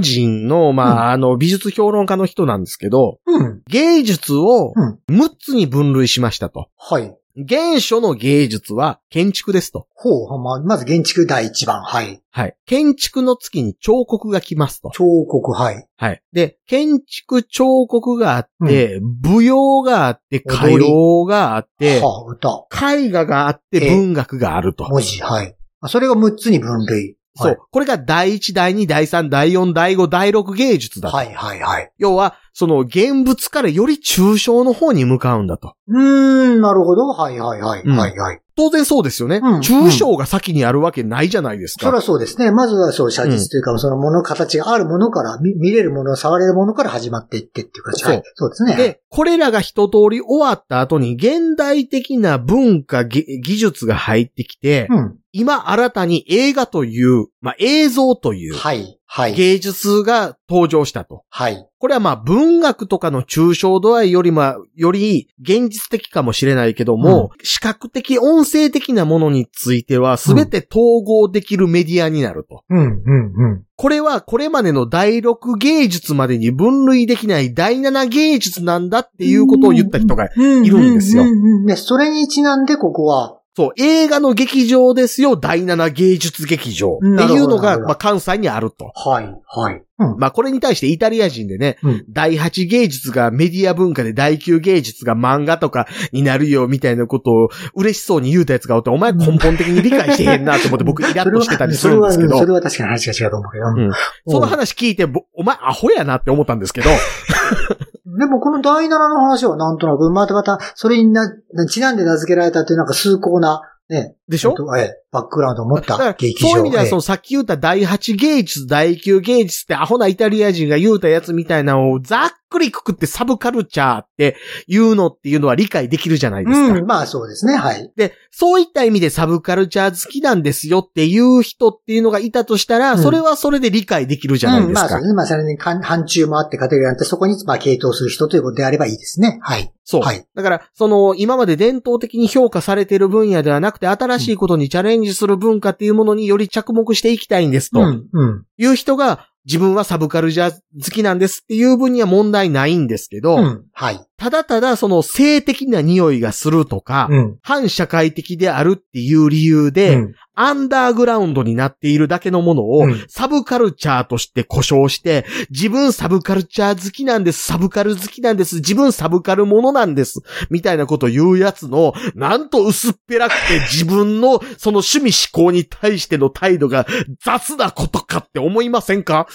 人の、まあ、あの、美術評論家の人なんですけど、
うん。
芸術を
うん
6つに分類しましたと。
はい。
原初の芸術は建築ですと。
ほう。ままず建築第一番。はい。
はい。建築の月に彫刻が来ますと。
彫刻、はい。
はい。で、建築、彫刻があって、舞踊があって、歌
踊り
謡があって、
はあ、歌。
絵画があって、
ええ
文学があると。
文字、はい。あそれが6つに分類。
そ
は
う
い。。
これが第1、第2、第3、第4、第5、第6芸術だと。
はい、はい、はい。
要は、その現物からより抽象の方に向かうんだと。
うーん、なるほど。はい、はい、はい、
うん
はい、はい。
当然そうですよね。
うん
抽象が先にあるわけないじゃないです
そ
か。
りゃそうですね。まずはそう、写実というか、そのもの形があるものから、見見れるもの、触れるものから始まっていってっていう感じ。
そう
はいそうですね。
で、これらが一通り終わった後に現代的な文化、ぎ技術が入ってきて、
うん。
今新たに映画という、まあ、映像という
はい、はい、
芸術が登場したと。
はい。
これはまあ文学とかの抽象度合いよりまあ、より現実的かもしれないけども、視覚的、音声的なものについては全て統合できるメディアになると。
うん、うん、うん。
これはこれまでの第6芸術までに分類できない第7芸術なんだっていうことを言った人が、
い
るんですよ
で、それにちなんで、ここは、
そう、映画の劇場ですよ、第7芸術劇場っていうの
なるほどなる
が、
ほど
まあ関西にあると。
はい、はい。うん。
まあこれに対してイタリア人でね、
うん
第8芸術がメディア文化で第9芸術が漫画とかになるよみたいなことを嬉しそうに言うたやつがおって、お前根本的に理解してへんなと思って 僕イラッとしてたりするんですけ
それは
ど、
そ
そ
れは確かに話が違うと思うけど。
んの話聞いて、ぼお前アホやなって思ったんですけど、
でもこの第7の話はなんとなく、またまた、それにな、ちなんで名付けられたっていうなんか崇高な、ね、
でし
ちょ
ょ
っと、ええ、バックグラウンドを持っ
だか
た
ら
劇
そう
場
いう意味では、
ええ
そのさっき言った第8芸術、第9芸術ってアホなイタリア人が言うたやつみたいなのをざっくりくくってサブカルチャーっていうのっていうのは理解できるじゃないですか。
うん、まあそうですね、はい。
で、そういった意味でサブカルチャー好きなんですよっていう人っていうのがいたとしたら、
うん
それはそれで理解できるじゃない
うん
で
ますあ
か。
そうですね。まあそれに範範疇もあってカテゴリーがあって、そこにまあ系統する人ということであればいいですね。はい。
そう。
はい
だから、その、今まで伝統的に評価されている分野ではなくて、新しいことにチャレンジする文化っていうものにより着目していきたいんですと。
うん、うん。
いう人が、自分はサブカルチャー好きなんですっていう分には問題ないんですけど、
うん。はい。
ただただその性的な匂いがするとか、
うん。
反社会的であるっていう理由で、
うん
アンダーグラウンドになっているだけのものを、
うん
サブカルチャーとして故障して、自分サブカルチャー好きなんです、サブカル好きなんです、自分サブカルものなんです、みたいなことを言うやつの、なんと薄っぺらく て自分のその趣味思考に対しての態度が雑なことかって思いませんか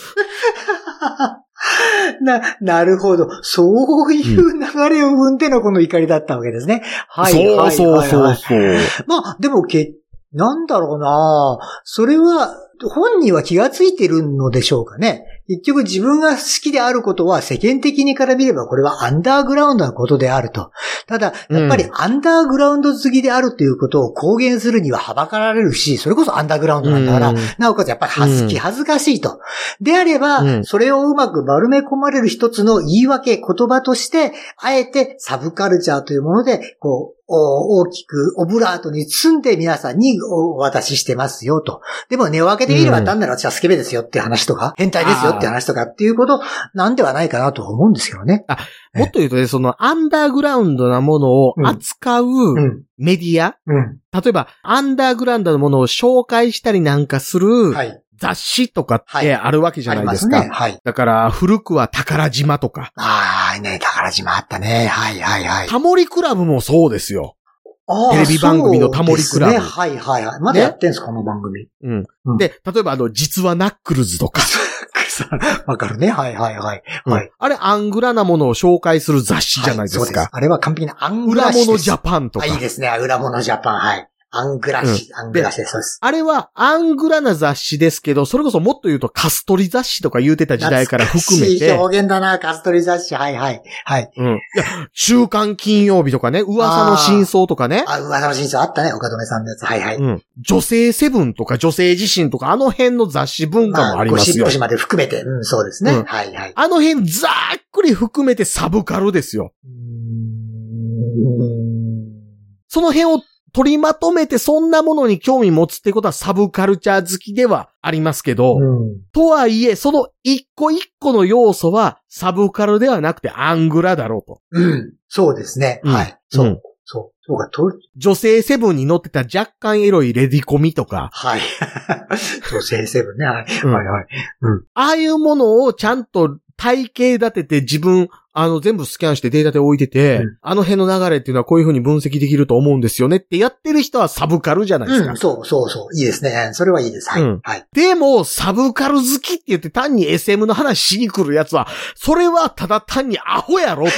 な、なるほど。そういう流れを生んでのこの怒りだったわけですね。はい。はい
そう
はい
そう
は
そう
い
そう。
まあ、でもけ、なんだろうなそれは、本人は気がついてるのでしょうかね。結局自分が好きであることは世間的にから見ればこれはアンダーグラウンドなことであると。ただ、やっぱり
う
アンダーグラウンド好きであるということを公言するにははばかられるし、それこそアンダーグラウンドなんだから、
うん
なおかつやっぱり恥ずき恥ずかしいと。であれ
う
ば、
ん
それをうまく丸め込まれる一つの言い訳、言葉として、あえてサブカルチャーというもので、こう、お大きくオブラートに包んで皆さんにお渡ししてますよと。でも値を上げてみれば単なる私はスケベですよって話とか、変態ですよって話とかっていうことなんではないかなと思うんですけどね。
もっと言うとね、そのアンダーグラウンドなものを扱う
う。
うんメディア、
う
例えばアンダーグラウンドのものを紹介したりなんかする
ん。はい。
雑誌とかっ
は
て
い
あるわけじゃ
あ
な
り
い
ま
ですすか。
ね。はい。
だから、古くは宝島とか、
ああ、ね、宝島あったね。はいはいはい。
タモリクラブもそうですよ。
あー
テレビ番組のタモリクラブ
そうですね。はいはいはい。まだやってんすか、この番組。
うん。
うん
で、例えばあの、実はナックルズとか、
わかるね。はいはいはい。は
う
い
んあれアングラなものを紹介する雑誌じゃないで
は
す
そう
か。
あれは完璧なアング
裏
ラシ
物
で
ジ
す。
ャパンとか
あ、い。いですね。裏物ジャパン。はい。アングラシ、アングラシです。そうです。
あれはアングラな雑誌ですけど、それこそもっと言うとカストリ雑誌とか言うてた時代から含め
懐かしい
て、
表現だな、カストリ雑誌。はいはい。はい。
うん。いや、週刊金曜日とかね、噂の真相とかね、
あ、噂の真相あったね、岡留さんのやつ。はいはい。
うん。女性セブンとか女性自身とか、あの辺の雑誌文化もあり
ゴ
ま
シ
す
ッ
よ
プ。誌まで含めて。うん、そうですね。
うん
はいはい。
あの辺ざっくり含めてサブカルですよ。
うーん
その辺を取りまとめてそんなものに興味持つってことはサブカルチャー好きではありますけど、
うん。
とはいえ、その一個一個の要素はサブカルではなくてアングラだろうと。
うん。そうですね。
うん。
はい。そううんそう。そうか、と、
女性セブンに載ってた若干エロいレディコミとか、
はい。女性セブンね。はい。
うん
はいはい。
ああいうものをちゃんと体系立てて自分、あの、全部スキャンしてデータで置いてて、
うん
あの辺の流れっていうのはこういう風に分析できると思うんですよねってやってる人はサブカルじゃないですか。
うん、そうそうそう。いいですね。それはいいです。はい。
うん
はい。
でも、サブカル好きって言って単に SM の話しに来るやつは、それはただ単にアホやろって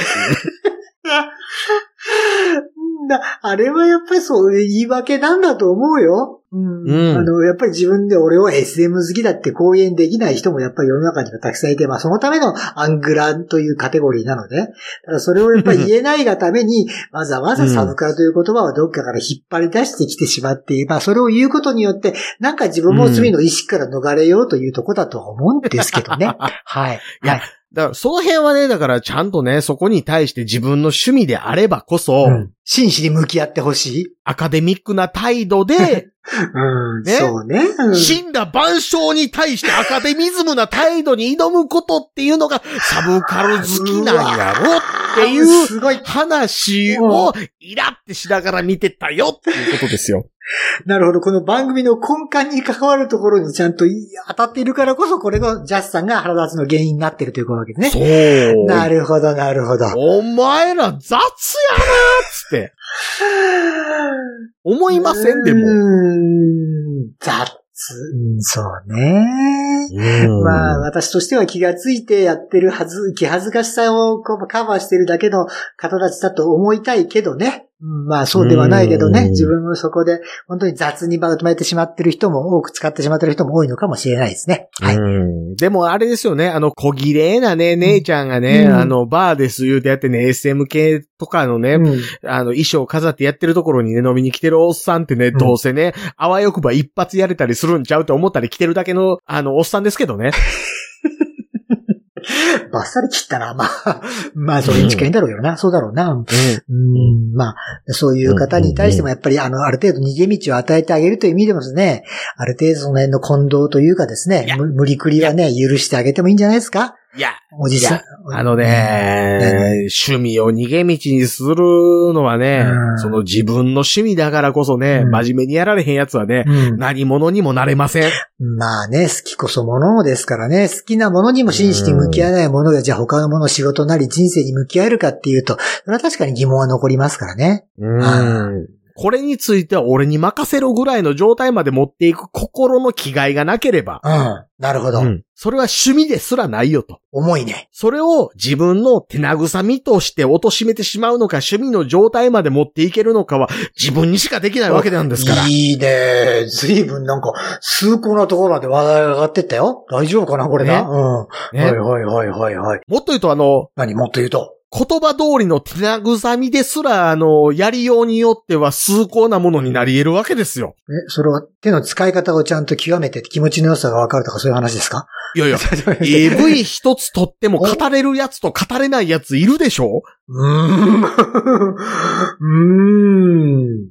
いう。
な、あれはやっぱりそう、言い訳なんだと思うよ。うん
うん
あの、やっぱり自分で俺を SM 好きだって公言できない人もやっぱり世の中にはたくさんいて、まあそのためのアングラというカテゴリーなので、ただそれをやっぱり言えないがために、わざわざサブカルという言葉をどっかから引っ張り出してきてしまっている、まあそれを言うことによって、なんか自分も罪の意識から逃れようというとこだとは思うんですけどね。はい。
いや
はい。
だから、その辺はね、だからちゃんとね、そこに対して自分の趣味であればこそ、
うん真摯に向き合ってほしい。
アカデミックな態度で、
うん、
ね
そうね。うん
死んだ万象に対してアカデミズムな態度に挑むことっていうのが、サブカル好きなんやろっていう
わー
う
すごい。
話を、イラってしながら見てたよっていうことですよ。
なるほど。この番組の根幹に関わるところにちゃんと当たっているからこそ、これがジャスさんが腹立つの原因になってるということわけですね。
そう。
なるほど、なるほど。
お前ら雑やなーっつって、 思いませんで
う
も。
ーん、雑。うんそうね。まあ、私としては気がついてやってるはず、気恥ずかしさをこうカバーしてるだけの方たちだと思いたいけどね。うんまあ、そうではないけど
うん
ね。自分をそこで本当に雑にまとめてしまってる人も多く使ってしまってる人も多いのかもしれないですね。はい。
うんでもあれですよね、あの、小綺麗なね、姉ちゃんがね、
うん
あの、バーです言うてやってね、SM 系とかのね、
うん
あの、衣装飾ってやってるところにね、飲みに来てるおっさんってね、
ん
どうせね、あわよくば一発やれたりするんちゃうと思ったり来てるだけの、あの、おっさんですけどね。
バッサリ切ったな。まあ、まあ、それに近いんだろうよな。そうだろうな。うん、まあ、そういう方に対してもやっぱり、あの、ある程度逃げ道を与えてあげるという意味でもですね、ある程度その辺の混同というかです
い
ね
や、
無無理くりはね、許してあげてもいいんじゃないですか
いや、
おじさん。
あのね、趣味を逃げ道にするのはね
う、ん
その自分の趣味だからこそね、
うん
真面目にやられへんやつはね、
うん、
何者にもなれません。
まあね、好きこそものですからね、好きなものにも真摯に向き合えないものが、じゃあ他のもの仕事なり人生に向き合えるかっていうと、それは確かに疑問は残りますからね。ん
これについては俺に任せろぐらいの状態まで持っていく心の気概がなければ、
うん。なるほど。
うんそれは趣味ですらないよと。
重いね。
それを自分の手慰みとして貶めてしまうのか、趣味の状態まで持っていけるのかは自分にしかできないわけなんですから。
いいね。随分なんか、崇高なところまで話題が上がってったよ。大丈夫かな、これな。
ね
うん。は
ね
いはいはいはいはい。
もっと言うとあの、
何もっと言うと。
言葉通りの手なぐさみですら、あの、やりようによっては崇高なものになり得るわけですよ。
え、それは手の使い方をちゃんと極めて気持ちの良さがわかるとかそういう話ですか
いや いや、AV 一つ取っても語れるやつと語れないやついるでしょ
うーん。うーん。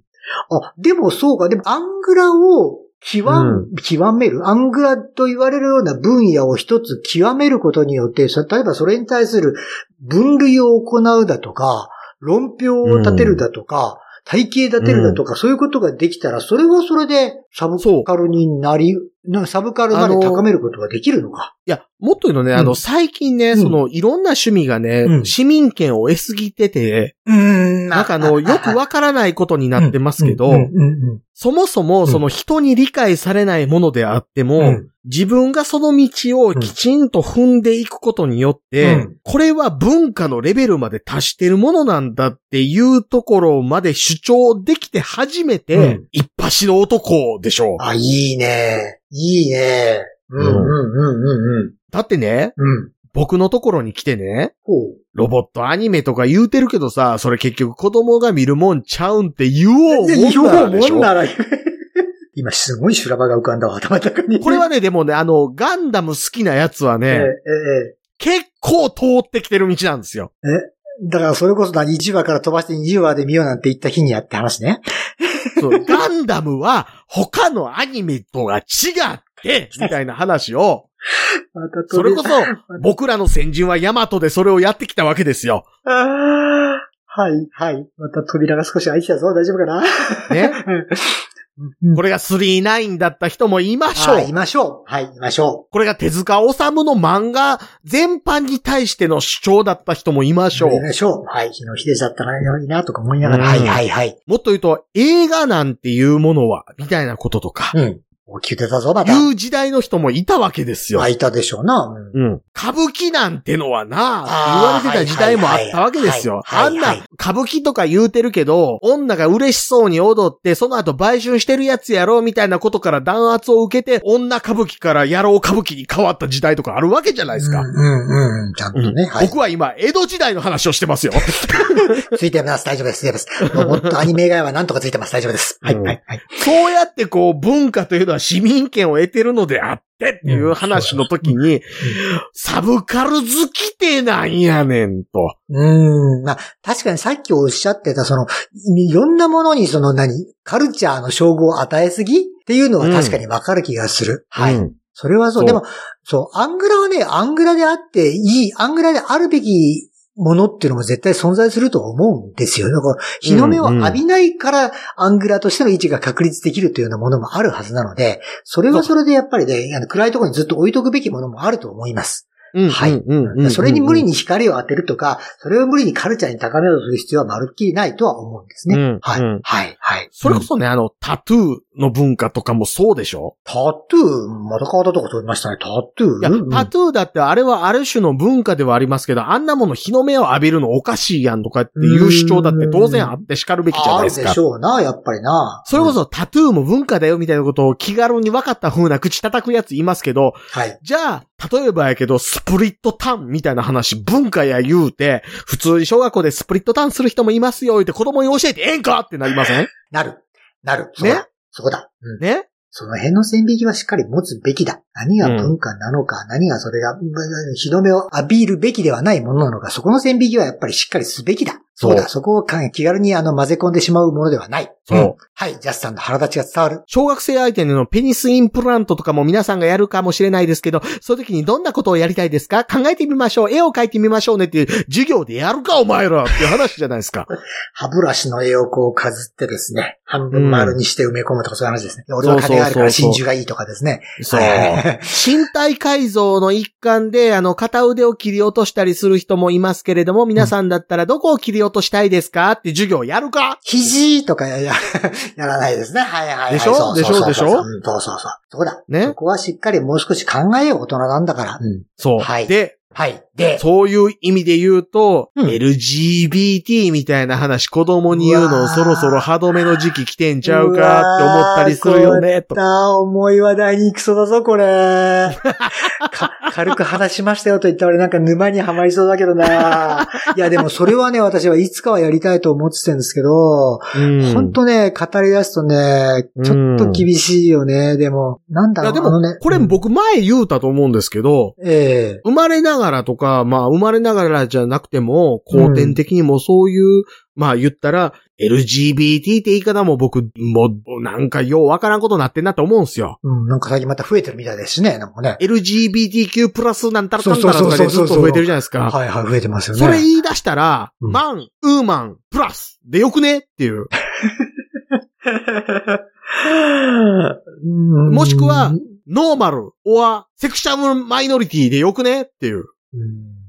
あ、でもそうか、でもアングラを極,、
う
極める、アングラと言われるような分野を一つ極めることによって、そ例えばそれに対する分類を行うだとか、論評を立てるだとか、体型立てるだとか、そういうことができたら、それはそれでサブカルになり、なサブカルまで高めることができるのか。
いや、もっと言うとね、あ
う
の、
ん
最近ね、
うん
その、いろんな趣味がね、
うん
市民権を得すぎてて、
うーん
なんかあの、よくわからないことになってますけど、
うんうんうんうん
そもそも、その人に理解されないものであっても、
うん
自分がその道をきちんと踏んでいくことによって、
うん
これは文化のレベルまで達してるものなんだっていうところまで主張できて初めて、
うん
一発の男でしょう。
あ、いいね。いいね。うんうんうんうんうん。
だってね、
うん。
僕のところに来てね、
ほう。
ロボットアニメとか言うてるけどさ、それ結局子供が見るもんちゃうんって言おうもんならでしょ。
ら、今すごい修羅場が浮かんだわ、頭の中に。
これはね、でもね、あの、ガンダム好きなやつは
ええ、え
ね、結構通ってきてる道なんですよ。
え。だからそれこそ何1話から飛ばして20話で見ようなんて言った日にやって話ね。
そう、ガンダムは他のアニメとは違って、みたいな話を、
また
そ れこそ 僕らの先人はヤマトでそれをやってきたわけですよ。
ああ。はい、はい。また扉が少し開いてたぞ。大丈夫かな
ね。
うん
これが39だった人もいましょ。
はい、いうましょう。はい、いましょう。
これが手塚治虫の漫画全般に対しての主張だった人もいましょう
い。ましょう。はい、日の秀樹だったらいいなとか思いながら。
うん
はい、はい、はい。
もっと言うと、映画なんていうものは、みたいなこととか、
うん。大きく出たぞ、また。
いう時代の人もいたわけですよ
まあ、。いたでしょうな。うん
うん。歌舞伎なんてのはな、
あー
言われてた時代もあったわけですよ。
はい
あ
はい
ん
はいはい
な、歌舞伎とか言うてるけど、女が嬉しそうに踊って、その後売春してるやつやろうみたいなことから弾圧を受けて、女歌舞伎から野郎歌舞伎に変わった時代とかあるわけじゃないですか。
うんうんうん。ちゃんと
うん
ね。はい。
僕は今、江戸時代の話をしてますよ。
ついてます。大丈夫です。ついてます。ロボットアニメ以外はなんとかついてます。大丈夫です。はい。
うん
はい。はい。
そうやってこう、文化というのは市民権を得てるのであってっていう話の時に、サブカル好きってなんやねんと。
うん。まあ、確かにさっきおっしゃってた、その、いろんなものにその何、カルチャーの称号を与えすぎっていうのは確かにわかる気がする。はい。
うん
それはそ
そ
う。
う
でも、そう、アングラはね、アングラであっていい、アングラであるべきものっていうのも絶対存在すると思うんですよ。だから、日の目を浴びないから、アングラとしての位置が確立できるというようなものもあるはずなので、それはそれでやっぱりね、あの暗いところにずっと置いとくべきものもあると思います。
うん
はい
うんうんうん
それに無理に光を当てるとか、それを無理にカルチャーに高めようとする必要はまるっきりないとは思うんですね。
うん
はい、
うん
はい、はい。
それこそね、あの、タトゥーの文化とかもそうでしょ
タトゥー、また変わったとこ取りましたね。タトゥー
いや、タトゥーだってあれはある種の文化ではありますけど、あんなもの日の目を浴びるのおかしいやんとかっていう主張だって当然あって叱るべきじゃないです
あるで
か
し。ょうな、やっぱりな。
それこそタトゥーも文化だよみたいなことを気軽に分かった風な口叩くやついますけど、
はい。
じゃあ、例えばやけど、スプリットターンみたいな話、文化や言うて、普通に小学校でスプリットターンする人もいますよ、言うて子供に教えてええんかってなりません
なる。なる。そこだ
ね
そこだ。うん。
ね
その辺の線引きはしっかり持つべきだ。何が文化なのか、何がそれが、うん日の目を浴びるべきではないものなのか、そこの線引きはやっぱりしっかりすべきだ。そうだ、
そう
そこをか気軽にあの混ぜ込んでしまうものではない。
そうん
はい、ジャスさんの腹立ちが伝わる。
小学生相手のペニスインプラントとかも皆さんがやるかもしれないですけど、そういう時にどんなことをやりたいですか考えてみましょう。絵を描いてみましょうねっていう授業でやるかお前らっていう話じゃないです か。
歯ブラシの絵をこう飾ってですね、半分丸にして埋め込むとかそういう話ですね。俺は金があるから真珠がいいとかですね。
そう
はい。
身体改造の一環で、あの、片腕を切り落としたりする人もいますけれども、皆さんだったらどこを切り落としたいですかって授業やるか
肘とかや ややらないですね。はいはいはい。
でしょ
そうそうそう
でしょ
そう
でしょ
うんそうそうそう。そこだ。そ
ね。
こはしっかりもう少し考えよう、大人なんだから。うん。
そう。
はい
で、
はい。で、
そういう意味で言うと、
うん
LGBT みたいな話子供に言う
う
の
わー
そろそろ歯止めの時期来てんちゃうかって思ったりするよね、と。
だ、重い話題に行きそうだぞ、これ。か軽く話しましたよと言った俺なんか沼にはまりそうだけどないやでもそれはね、私はいつかはやりたいと思ってたんですけど、
うん
ほんとね、語り出すとね、ちょっと厳しいよね。でも、なんだ
い
ろう
やで
あのね
も、これ
うん
僕前言うたと思うんですけど、
ええ
生まれながらとか、まあ生まれながらじゃなくても、後天的にもそういう、まあ言ったら、LGBT って言い方も僕、もうなんかようわからんことなってんなと思うんすよ。
うん、なんか最近また増えてるみたいですしね、なんかね。
LGBTQ プラスなんたらかんたらとかでず
そうそうそうそう
っと増えてるじゃないですか。
はいはい、増えてますよね。
そ れ言い出 したら、
うん
マン、ウーマン、プラスでよくねっていう。
うん
もしくはノーマル、オア、セクシャルマイノリティでよくねっていう。
うん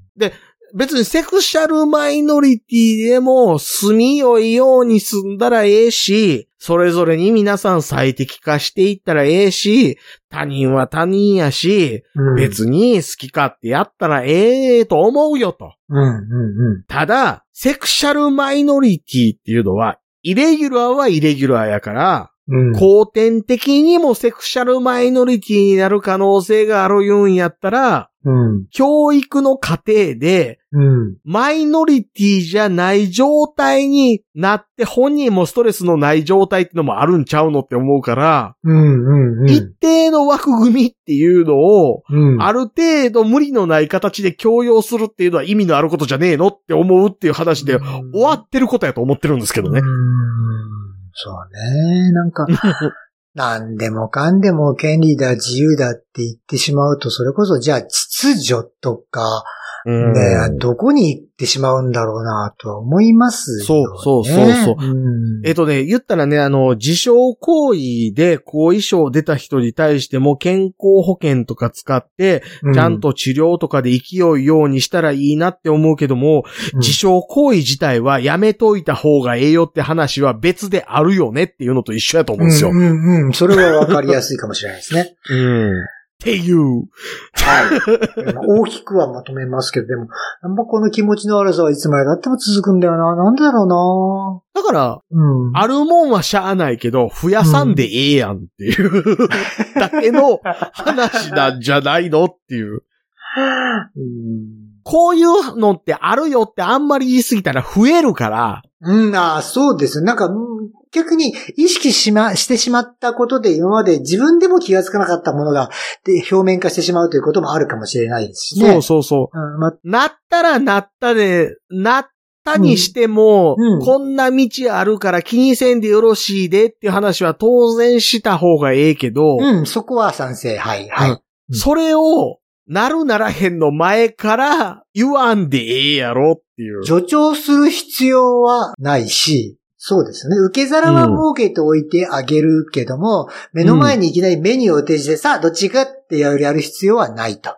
別にセクシャルマイノリティでも住みよいように住んだらええし、それぞれに皆さん最適化していったらええし、他人は他人やし、
うん
別に好き勝手やったらええと思うよと。
うん、うん、
ただ、セクシャルマイノリティっていうのは、イレギュラーはイレギュラーやから、
うん。うん
後天的にもセクシャルマイノリティになる可能性があるいうんやったら、
うん、
教育の過程で、
うん。
マイノリティじゃない状態になって本人もストレスのない状態ってのもあるんちゃうのって思うから、
うん、うん、
一定の枠組みっていうのを、
うん。
ある程度無理のない形で強要するっていうのは意味のあることじゃねえのって思うっていう話で
うん
終わってることやと思ってるんですけどね
うー。んそうね。なんか、 何でもかんでも権利だ、自由だって言ってしまうと、それこそじゃあ秩序とか、
うん
ね、どこに行ってしまうんだろうなとは思いますよ、ね。
そうそうそうそ
うん
えっとね、言ったらね、あの、自傷行為で後遺症出た人に対しても健康保険とか使って、ちゃん、と治療とかで生きようようにしたらいいなって思うけども、
うん
自傷行為自体はやめといた方がええよって話は別であるよねっていうのと一緒やと思うんですよ。
うんうんうん。それはわかりやすいかもしれないです ね。
っていう。
はい。大きくはまとめますけど、でも、なんかこの気持ちの悪さはいつまでだっても続くんだよな。なんでだろ
だから、
うなうん。
あるもんはしゃあないけど、増やさんでええやんっていう だけの話なんじゃないのっていう。
うん
こういうのってあるよってあんまり言いすぎたら増えるから、
うん、ああ、そうですよ。なんか、うん逆に意識しま、してしまったことで今まで自分でも気がつかなかったものが、で、表面化してしまうということもあるかもしれないですしね。
そうそうそう。
うんま
なったらなったで、なったにしても、
うんうん
こんな道あるから気にせんでよろしいでっていう話は当然した方がええけど、
うん、そこは賛成。はい、はい。ん
それを、なるならへんの前から言わんでええやろっていう。
助長する必要はないし、そうですね。受け皿は設けておいてあげるけども、目の前にいきなりメニューを提示して、さあ、どっちかってやるやる必要はないと。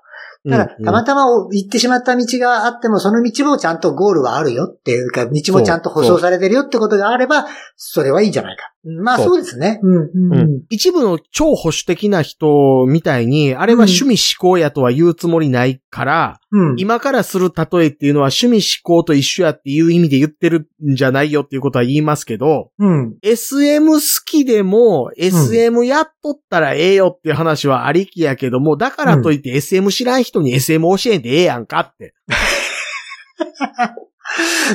ただ、
うん
たまたま行ってしまった道があっても、その道もちゃんとゴールはあるよっていうか、道もちゃんと保証されてるよってことがあれば、それはいいんじゃないか。まあ、
そう
そうですね。うん、うん、
うん一部の超保守的な人みたいに、あれは趣味思考やとは言うつもりないから、
うん。
今からする例えっていうのは趣味思考と一緒やっていう意味で言ってるんじゃないよっていうことは言いますけど、
うん。
SM 好きでも、SM やっとったらええよっていう話はありきやけども、だからといって SM 知らん人に SM 教えんでええやんかって。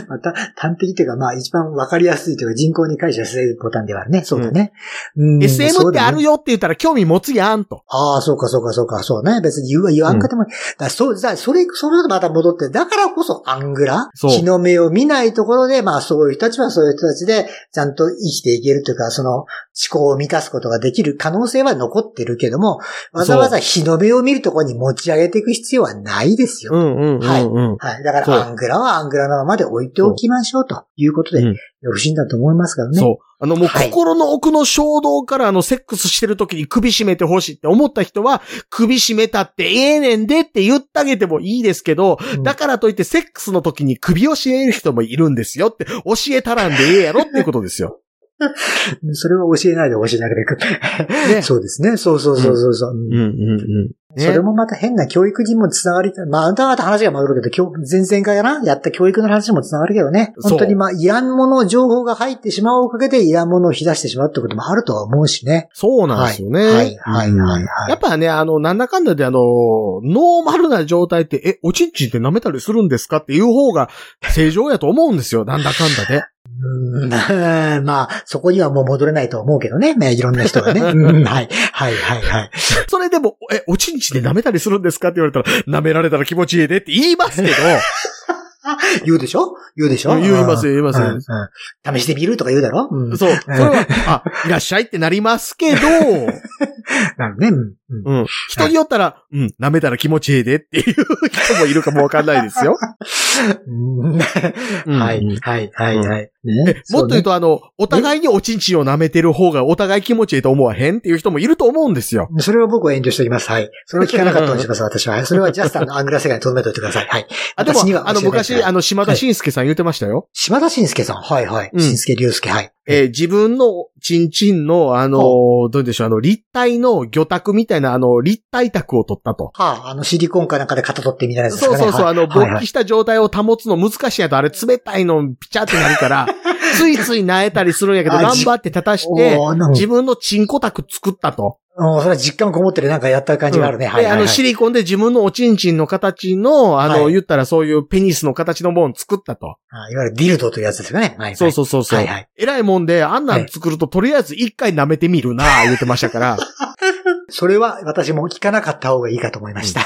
また、端的というか、まあ、一番わかりやすいというか、人口に解釈するボタンではあるね。そうだね。うん
SM ってある
よ。
よって言ったら興味持つやんと。
ああ、そうか、そうか、そうか、そうね。別に言うは言わんかでも、だからそう、だからそれ、その後また戻って、だからこそアングラ
そう
日の目を見ないところで、まあそういう人たちはそういう人たちで、ちゃんと生きていけるというか、その思考を満たすことができる可能性は残ってるけども、わざわざ日の目を見るところに持ち上げていく必要はないですよ。
んうんうん、うん
ははい。だか
そう
ら、アングラはアングラのままで置いておきましょうということで、
うん
よろしいんだと思いますからね。
そう。あのもう
はい
心の奥の衝動からあのセックスしてる時に首絞めてほしいって思った人は、首絞めたってええねんでって言ってあげてもいいですけど、
うん
だからといってセッ クスの時に首を絞める人もいるんですよって教えたらんでええやろっていうことですよ。
それは教えないで教えなるべく。
ね。
そうですね。そうそうそうそうそう。うん
うんうんうん。ね
それもまた変な教育にもつながり、まあ、またまた話が戻るけど、今日、前々回かなやった教育の話にもつながるけどね。
そう
本当にまあ、いらんもの、情報が入ってしまうおかげで、いらんものを引き出してしまうってこともあるとは思うしね。
そうなんですよね。
はいはい
うん
はいはい
やっぱね、あの、なんだかんだであの、ノーマルな状態って、え、おちんちんって舐めたりするんですかっていう方が正常やと思うんですよ。なんだかんだで。
うん、 まあ、そこにはもう戻れないとは思うけどね。ねいろんな人 がね。うんはい。はいはいはい。
それでも、え、おちんちんで舐めたりするんですかって言われたら、舐められたら気持ちいいでって言いますけ ど、
言うでしょ言うでしょ
言います
よ
よ言いますよ
試してみるとか言うだろうん。
そう、それは、あ、いらっしゃいってなりますけど、
なるね。うんうん
うん。人によったら、うん、舐めたら気持ちいいでっていう人もいるかもわかんないですよ。
うん はい、はい、はい、はい。
え
ね
もっと言うと、あの、お互いにおちんちんを舐めてる方がお互い気持ちいいと思わへんっていう人もいると思うんですよ。
それは僕は遠慮しておきます。はい。それは聞かなかったようにします、私は。はいそれはジャ スさんのアングラ世界に留めておいてください。はい。
あ、でも
私に、は
あの、
教えないです
昔、あの、島田晋介さん言ってましたよ。
島田晋介さん。はい、はい。
うん
晋介隆介、はい。
えー自分のちんちんの、あのーどう言うんでしょう、あの、立体の魚卓みたいな、あの、立体卓を取ったと。
はあ、あの、シリコンかなんかで型取ってみたいなやつです
そ
か
う
ね。
そうそう、
はい
あの、
はい
勃起した状態を保つの難しいやと、あれ冷たいのピチャってなるから、 ついつい萎えたりするんやけど、
あ
頑
じ
張って立たして、
おーなんか
自分のチンコ卓作ったと。
おーそれは実感こもってるなんかやった感じがあるね。
うん
はい、
で、
はい。
あ
は
の、
い
シリコンで自分のおちんちんの形の、あの、
はい
言ったらそういうペニスの形のものを作ったと。
あいわゆるディルドというやつですよね。はいはい。
そうそうそうそう。
はいはい
えらいもんで、あんなん作ると、とりあえず一回舐めてみるな、言ってましたから。
それは私も聞かなかった方がいいかと思いました。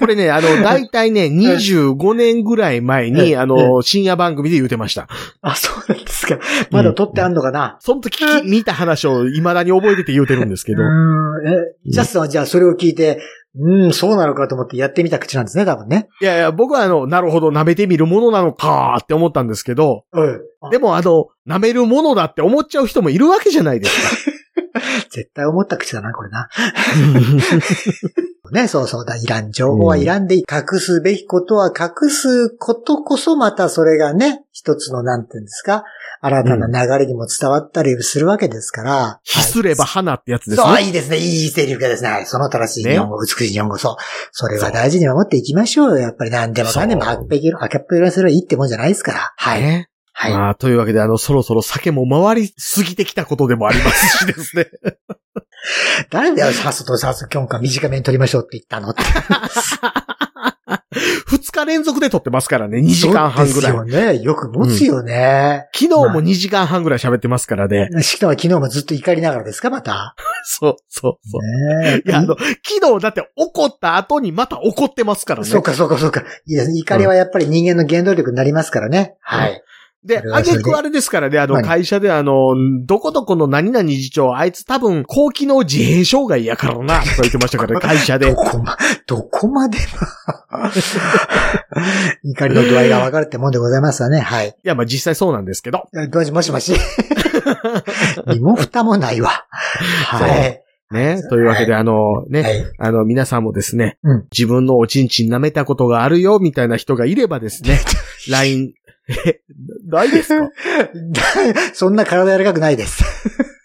これね、あの、だいたいね、25年ぐらい前に、
うん
あの、深夜番組で言ってました。
あ、そうなんですか。まだ取ってあんのかな、
その時、見た話を未だに覚えてて言うてるんですけど。
うーん。え、ジャスさんはじゃあそれを聞いて、うーん、そうなのかと思ってやってみた口なんですね、多分ね。
いやいや、僕はあの、なるほど、舐めてみるものなのか、って思ったんですけど、
うん。
でもあの、舐めるものだって思っちゃう人もいるわけじゃないですか。
絶対思った口だな、これな。 ね、そうそうだ。いらん情報はいらんで、隠すべきことは隠すことこそまたそれがね、一つの、なんていうんですか、新たな流れにも伝わったりするわけですから。はい
ひすれば花ってやつですね。
そう、いいですね。いいセリフがですね。はいその正しい日本語、美しい日本語、そう。それは大事に守っていきましょうよ。やっぱり何でもかんでも
そう
白ぺきろ、白っぺきろすればいいってもんじゃないですから。はい。
ね
はい。
まあ、というわけで、あの、そろそろ酒も回りすぎてきたことでもありますしです ね。
誰だよ、さっそとさっそ、今日か短めに撮りましょうって言ったの って。
二日連続で撮ってますからね、2時間半ぐらい。
そ
昨
うですよね。よく持つよね。
日も2時間半ぐらい喋ってますからね。
しかも昨日もずっと怒りながらですか、また。
そう、そう、そう。
ねえ
いや、あの、昨日だって怒った後にまた怒ってますからね。
そうか、そうか、そうか。いや、怒りはやっぱり人間の原動力になりますからね。はい。
で
それ、は
あ
それ
げ
で
くあれですからね、あの、
何
会社であの、どこどこの何々次長、あいつ多分、高機能自閉障害やからな、とか言ってましたから、会社
ど
で。
こま、どこま でも怒りの具合が分かるってもんでございますわね。はい。
いや、まあ実際そうなんですけど。
もしもし もし。身も蓋もないわ。はい。
ね。というわけで、あの、ね
は、い。
あの、皆さんもですね、
うん
自分のおちんちん舐めたことがあるよ、みたいな人がいればです ね、LINE、え、ないです かい
そんな体柔らかくないです。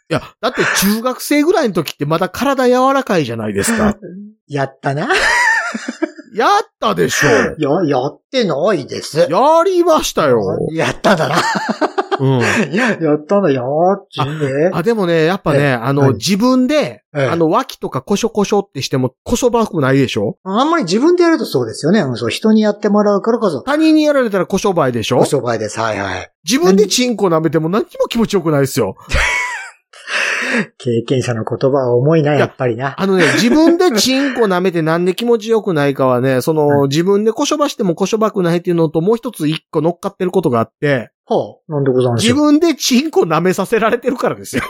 や、だって中学生ぐらいの時ってまだ体柔らかいじゃないです か。
やったな。
やったで しょう。
や、やってないです。
やりましたよ。
やったんだな。
うん。
やったんだよ。ちんで。
あ、でもね、やっぱね、
え
あ
はい
の、自分で、
ええ
あの、脇とかコショコショってしても、こそばくないでしょ
あんまり自分でやるとそうですよね。うんそう、人にやってもらうからこそ。
他人にやられたらこしょばいでしょ
お商売です。はいはい。
自分でチンコ舐めても何にも気持ちよくないですよ。
経験者の言葉は重いな、やっぱりな。
あ のね、自分でチンコ舐めてなんで気持ちよくないかはね、その、自分でこしょばしてもこしょばくないっていうのともう一つ一個乗っかってることがあって、
ほう。なんでございまし
自
ょう。
分でチンコ舐めさせられてるから ですよ。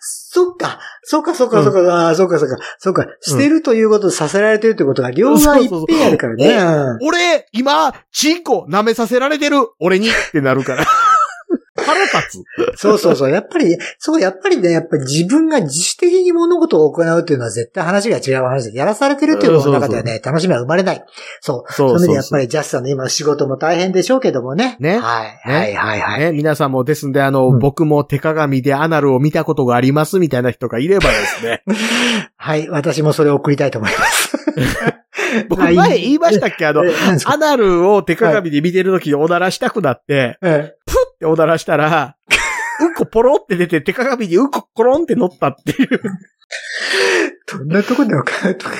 そっか。そっか、そっか、そっか、あーそっか、そっか、そっか。してるということ、させられてるということが、両側一平あるからね。う ん
俺、今、チンコ舐めさせられてる俺にってなるから。腹立つ。
そうそうそう。やっぱり、そう、やっぱりね、やっぱり自分が自主的に物事を行うっていうのは絶対話が違う話で、やらされてるっていうことの中ではね、楽しみは生まれない。そう。
そ
そうの
そうそう
意味でやっぱりジャスさんの今の仕事も大変でしょうけどもね。
ね
はい。
ね
はいはいはい。
ね、皆さんもですんで、あの、
うん
僕も手鏡でアナルを見たことがありますみたいな人がいればです ね。
はい。私もそれを送りたいと思います。
僕
は
前
い
言いましたっけあの
え、何ですか
アナルを手鏡で見てる時におならしたくなって、
え
っておならした ら、うんこポロって出て手鏡にうんこコロンって乗ったっていう。
えどんなとこでのかとか。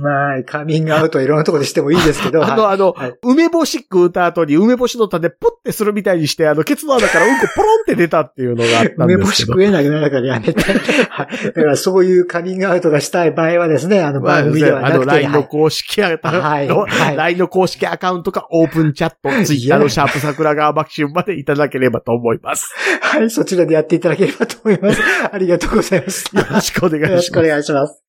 まあ、カミングアウトはいろんなとこでしてもいいですけど。
あの、
はい
あの
はい、
梅干し食うた後に梅干しの種ポッてするみたいにして、あの、ケツの穴からうんこポロ ンって出たっていうのがあったん
梅
で
干し
すけど
食。えなくなるからやめて。はい。だからそういうカミングアウトがしたい場合はですね、あの
まあ、あ
番組ではな
の、
くて。はい
LINE の公式アカウント、
はいはい
LINE の公式アカウントか、オープンチャット、Twitter のシャープ桜川爆春までいただければと思います。
はい、そちらでやっていただければと思います。ありがとうございまし
よ
た。
ろしくお願いし
よ
ま
ろ
す
しく。お願いします。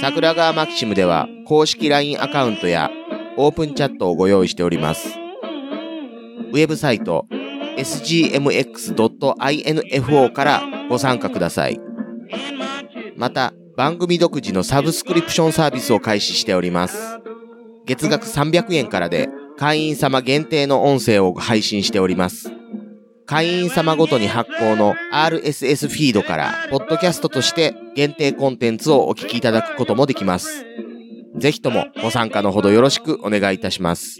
桜川マキシムでは公式 LINE アカウントやオープンチャットをご用意しておりますウェブサイト sgmx.info からご参加くださいまた番組独自のサブスクリプションサービスを開始しております月額300円からで会員様限定の音声を配信しております会員様ごとに発行の RSS フィードから、ポッドキャストとして限定コンテンツをお聞きいただくこともできます。ぜひともご参加のほどよろしくお願いいたします。